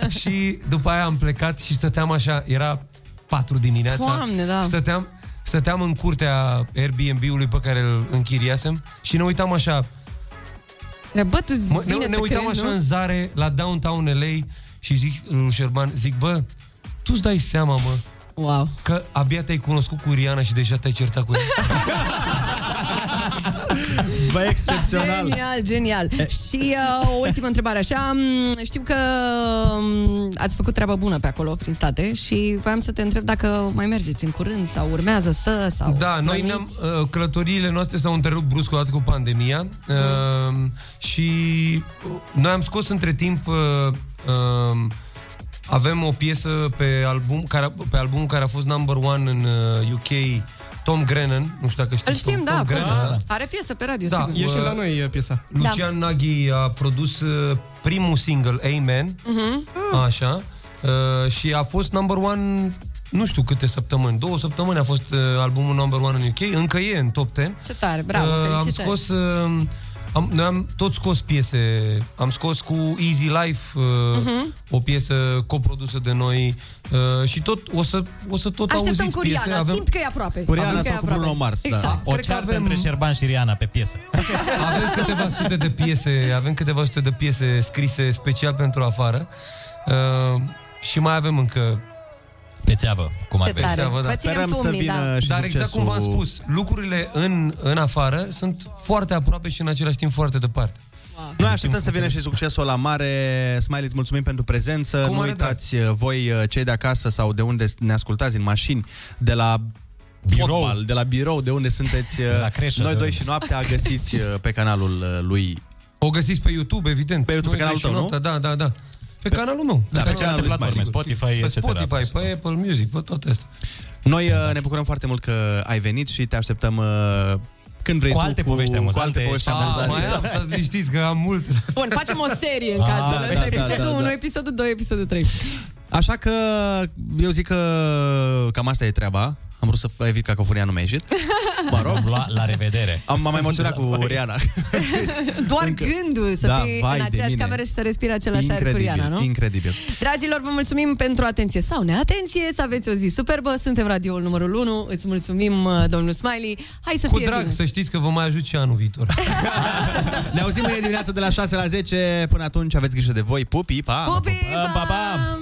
și după aia am plecat și stăteam așa, era 4 dimineața.
Doamne, da.
Stăteam, stăteam în curtea Airbnb-ului pe care îl închiriasem și ne uitam așa,
Re, Bă, tu
mă,
vine
ne, ne
să
uitam
crezi,
așa
nu?
în zare la downtown LA și zic lui Șerban, zic, bă, tu-ți dai seama, mă,
Wow.
că abia te-ai cunoscut cu Rihanna și deja te-ai certat cu ea.
Bă, excepțional.
Da, Genial, genial. Și uh, o ultimă întrebare, așa, m, știu că m, ați făcut treabă bună pe acolo, prin state, și voiam să te întreb dacă mai mergeți în curând sau urmează să, sau...
Da, noi
plănuiți.
ne-am, uh, călătoriile noastre s-au întrerupt brusc odată cu pandemia mm. uh, și uh, noi am scos între timp uh, uh, avem o piesă pe album care, pe album care a fost number one în uh, UK Tom Grennan, nu știu dacă știți
Îl știm,
Tom,
da,
Tom
Tom,
Grennan, da.
Are piesă pe radio,
Da,
sigur. Da.
e și la
Noi e piesa.
Lucian Naghi a produs uh, primul single Amen
Mhm.
Așa. Uh, și a fost number one nu știu câte săptămâni, două săptămâni a fost uh, albumul number one în UK, încă e în top 10.
Ce tare, bravo,
Uh, am
felicitări.
scos uh, am, noi am tot scos piese. Am scos cu Easy Life uh,
Mhm.
o piesă coprodusă de noi uh, și tot o să o să tot
Așteptăm
auziți
cu
piese.
Riana, avem... simt că e aproape. Simt că e aproape.
da.
Exact.
O ceartă între Șerban și Riana pe piesă.
Avem câteva sute de piese, avem câteva sute de piese scrise special pentru afară. Uh, și mai avem încă da.
pe țeavă, cum
ar Ce veni. tare. Vă ținem Sperăm să pumnii, vină da. și
Dar exact cum v-am
succesul-
spus, lucrurile în, în afară sunt foarte aproape și în același timp foarte departe.
Noi așteptăm să vină și succesul la mare. Smiley, îți mulțumim pentru prezență. nu uitați uh, voi, cei de acasă sau de unde ne ascultați, în mașini, de la birou. fotbal, de la birou, de unde sunteți. De
la creșă,
noi
de
doi
unde.
și noaptea găsiți uh, pe canalul lui.
O găsiți pe YouTube, evident.
Pe YouTube, pe
Noi
canalul
doi și
tău, nu?
noaptea, Da, da, da. Pe canalul meu.
Da, pe canalul lui Smiley.
Spotify, pe Spotify, pe Apple Music, pe toate astea.
Noi uh, ne bucurăm foarte mult că ai venit și te așteptăm uh, când vrei
Cu alte povești
Cu alte
amuzante.
povești amuzante.
Ah, mai am, stați liniștiți că am mult.
Bun, facem o serie în
Ah,
cazul
da,
ăsta.
da,
Episodul
da, da.
1, episodul 2, episodul 3.
Așa că eu zic că cam asta e treaba. Am vrut să evit cacofonia, nu mi-a ieșit. Mă rog. La, la revedere. Am, m-am mai emoționat
Păi.
cu Riana.
Doar gândul să
Da,
fii
vai
în
de
aceeași
mine.
cameră și să respiri același aer cu Riana,
Incredibil,
nu?
incredibil.
Dragilor, vă mulțumim pentru atenție sau neatenție, să aveți o zi superbă, suntem radioul numărul 1, îți mulțumim, uh, domnul Smiley, hai să
Cu
fie
drag,
bine.
să știți că vă mai ajut și anul viitor.
Ne auzim mâine dimineață de la 6 la 10. Până atunci aveți grijă de voi. Pupi, pa!
Pupii, pa! pa, pa!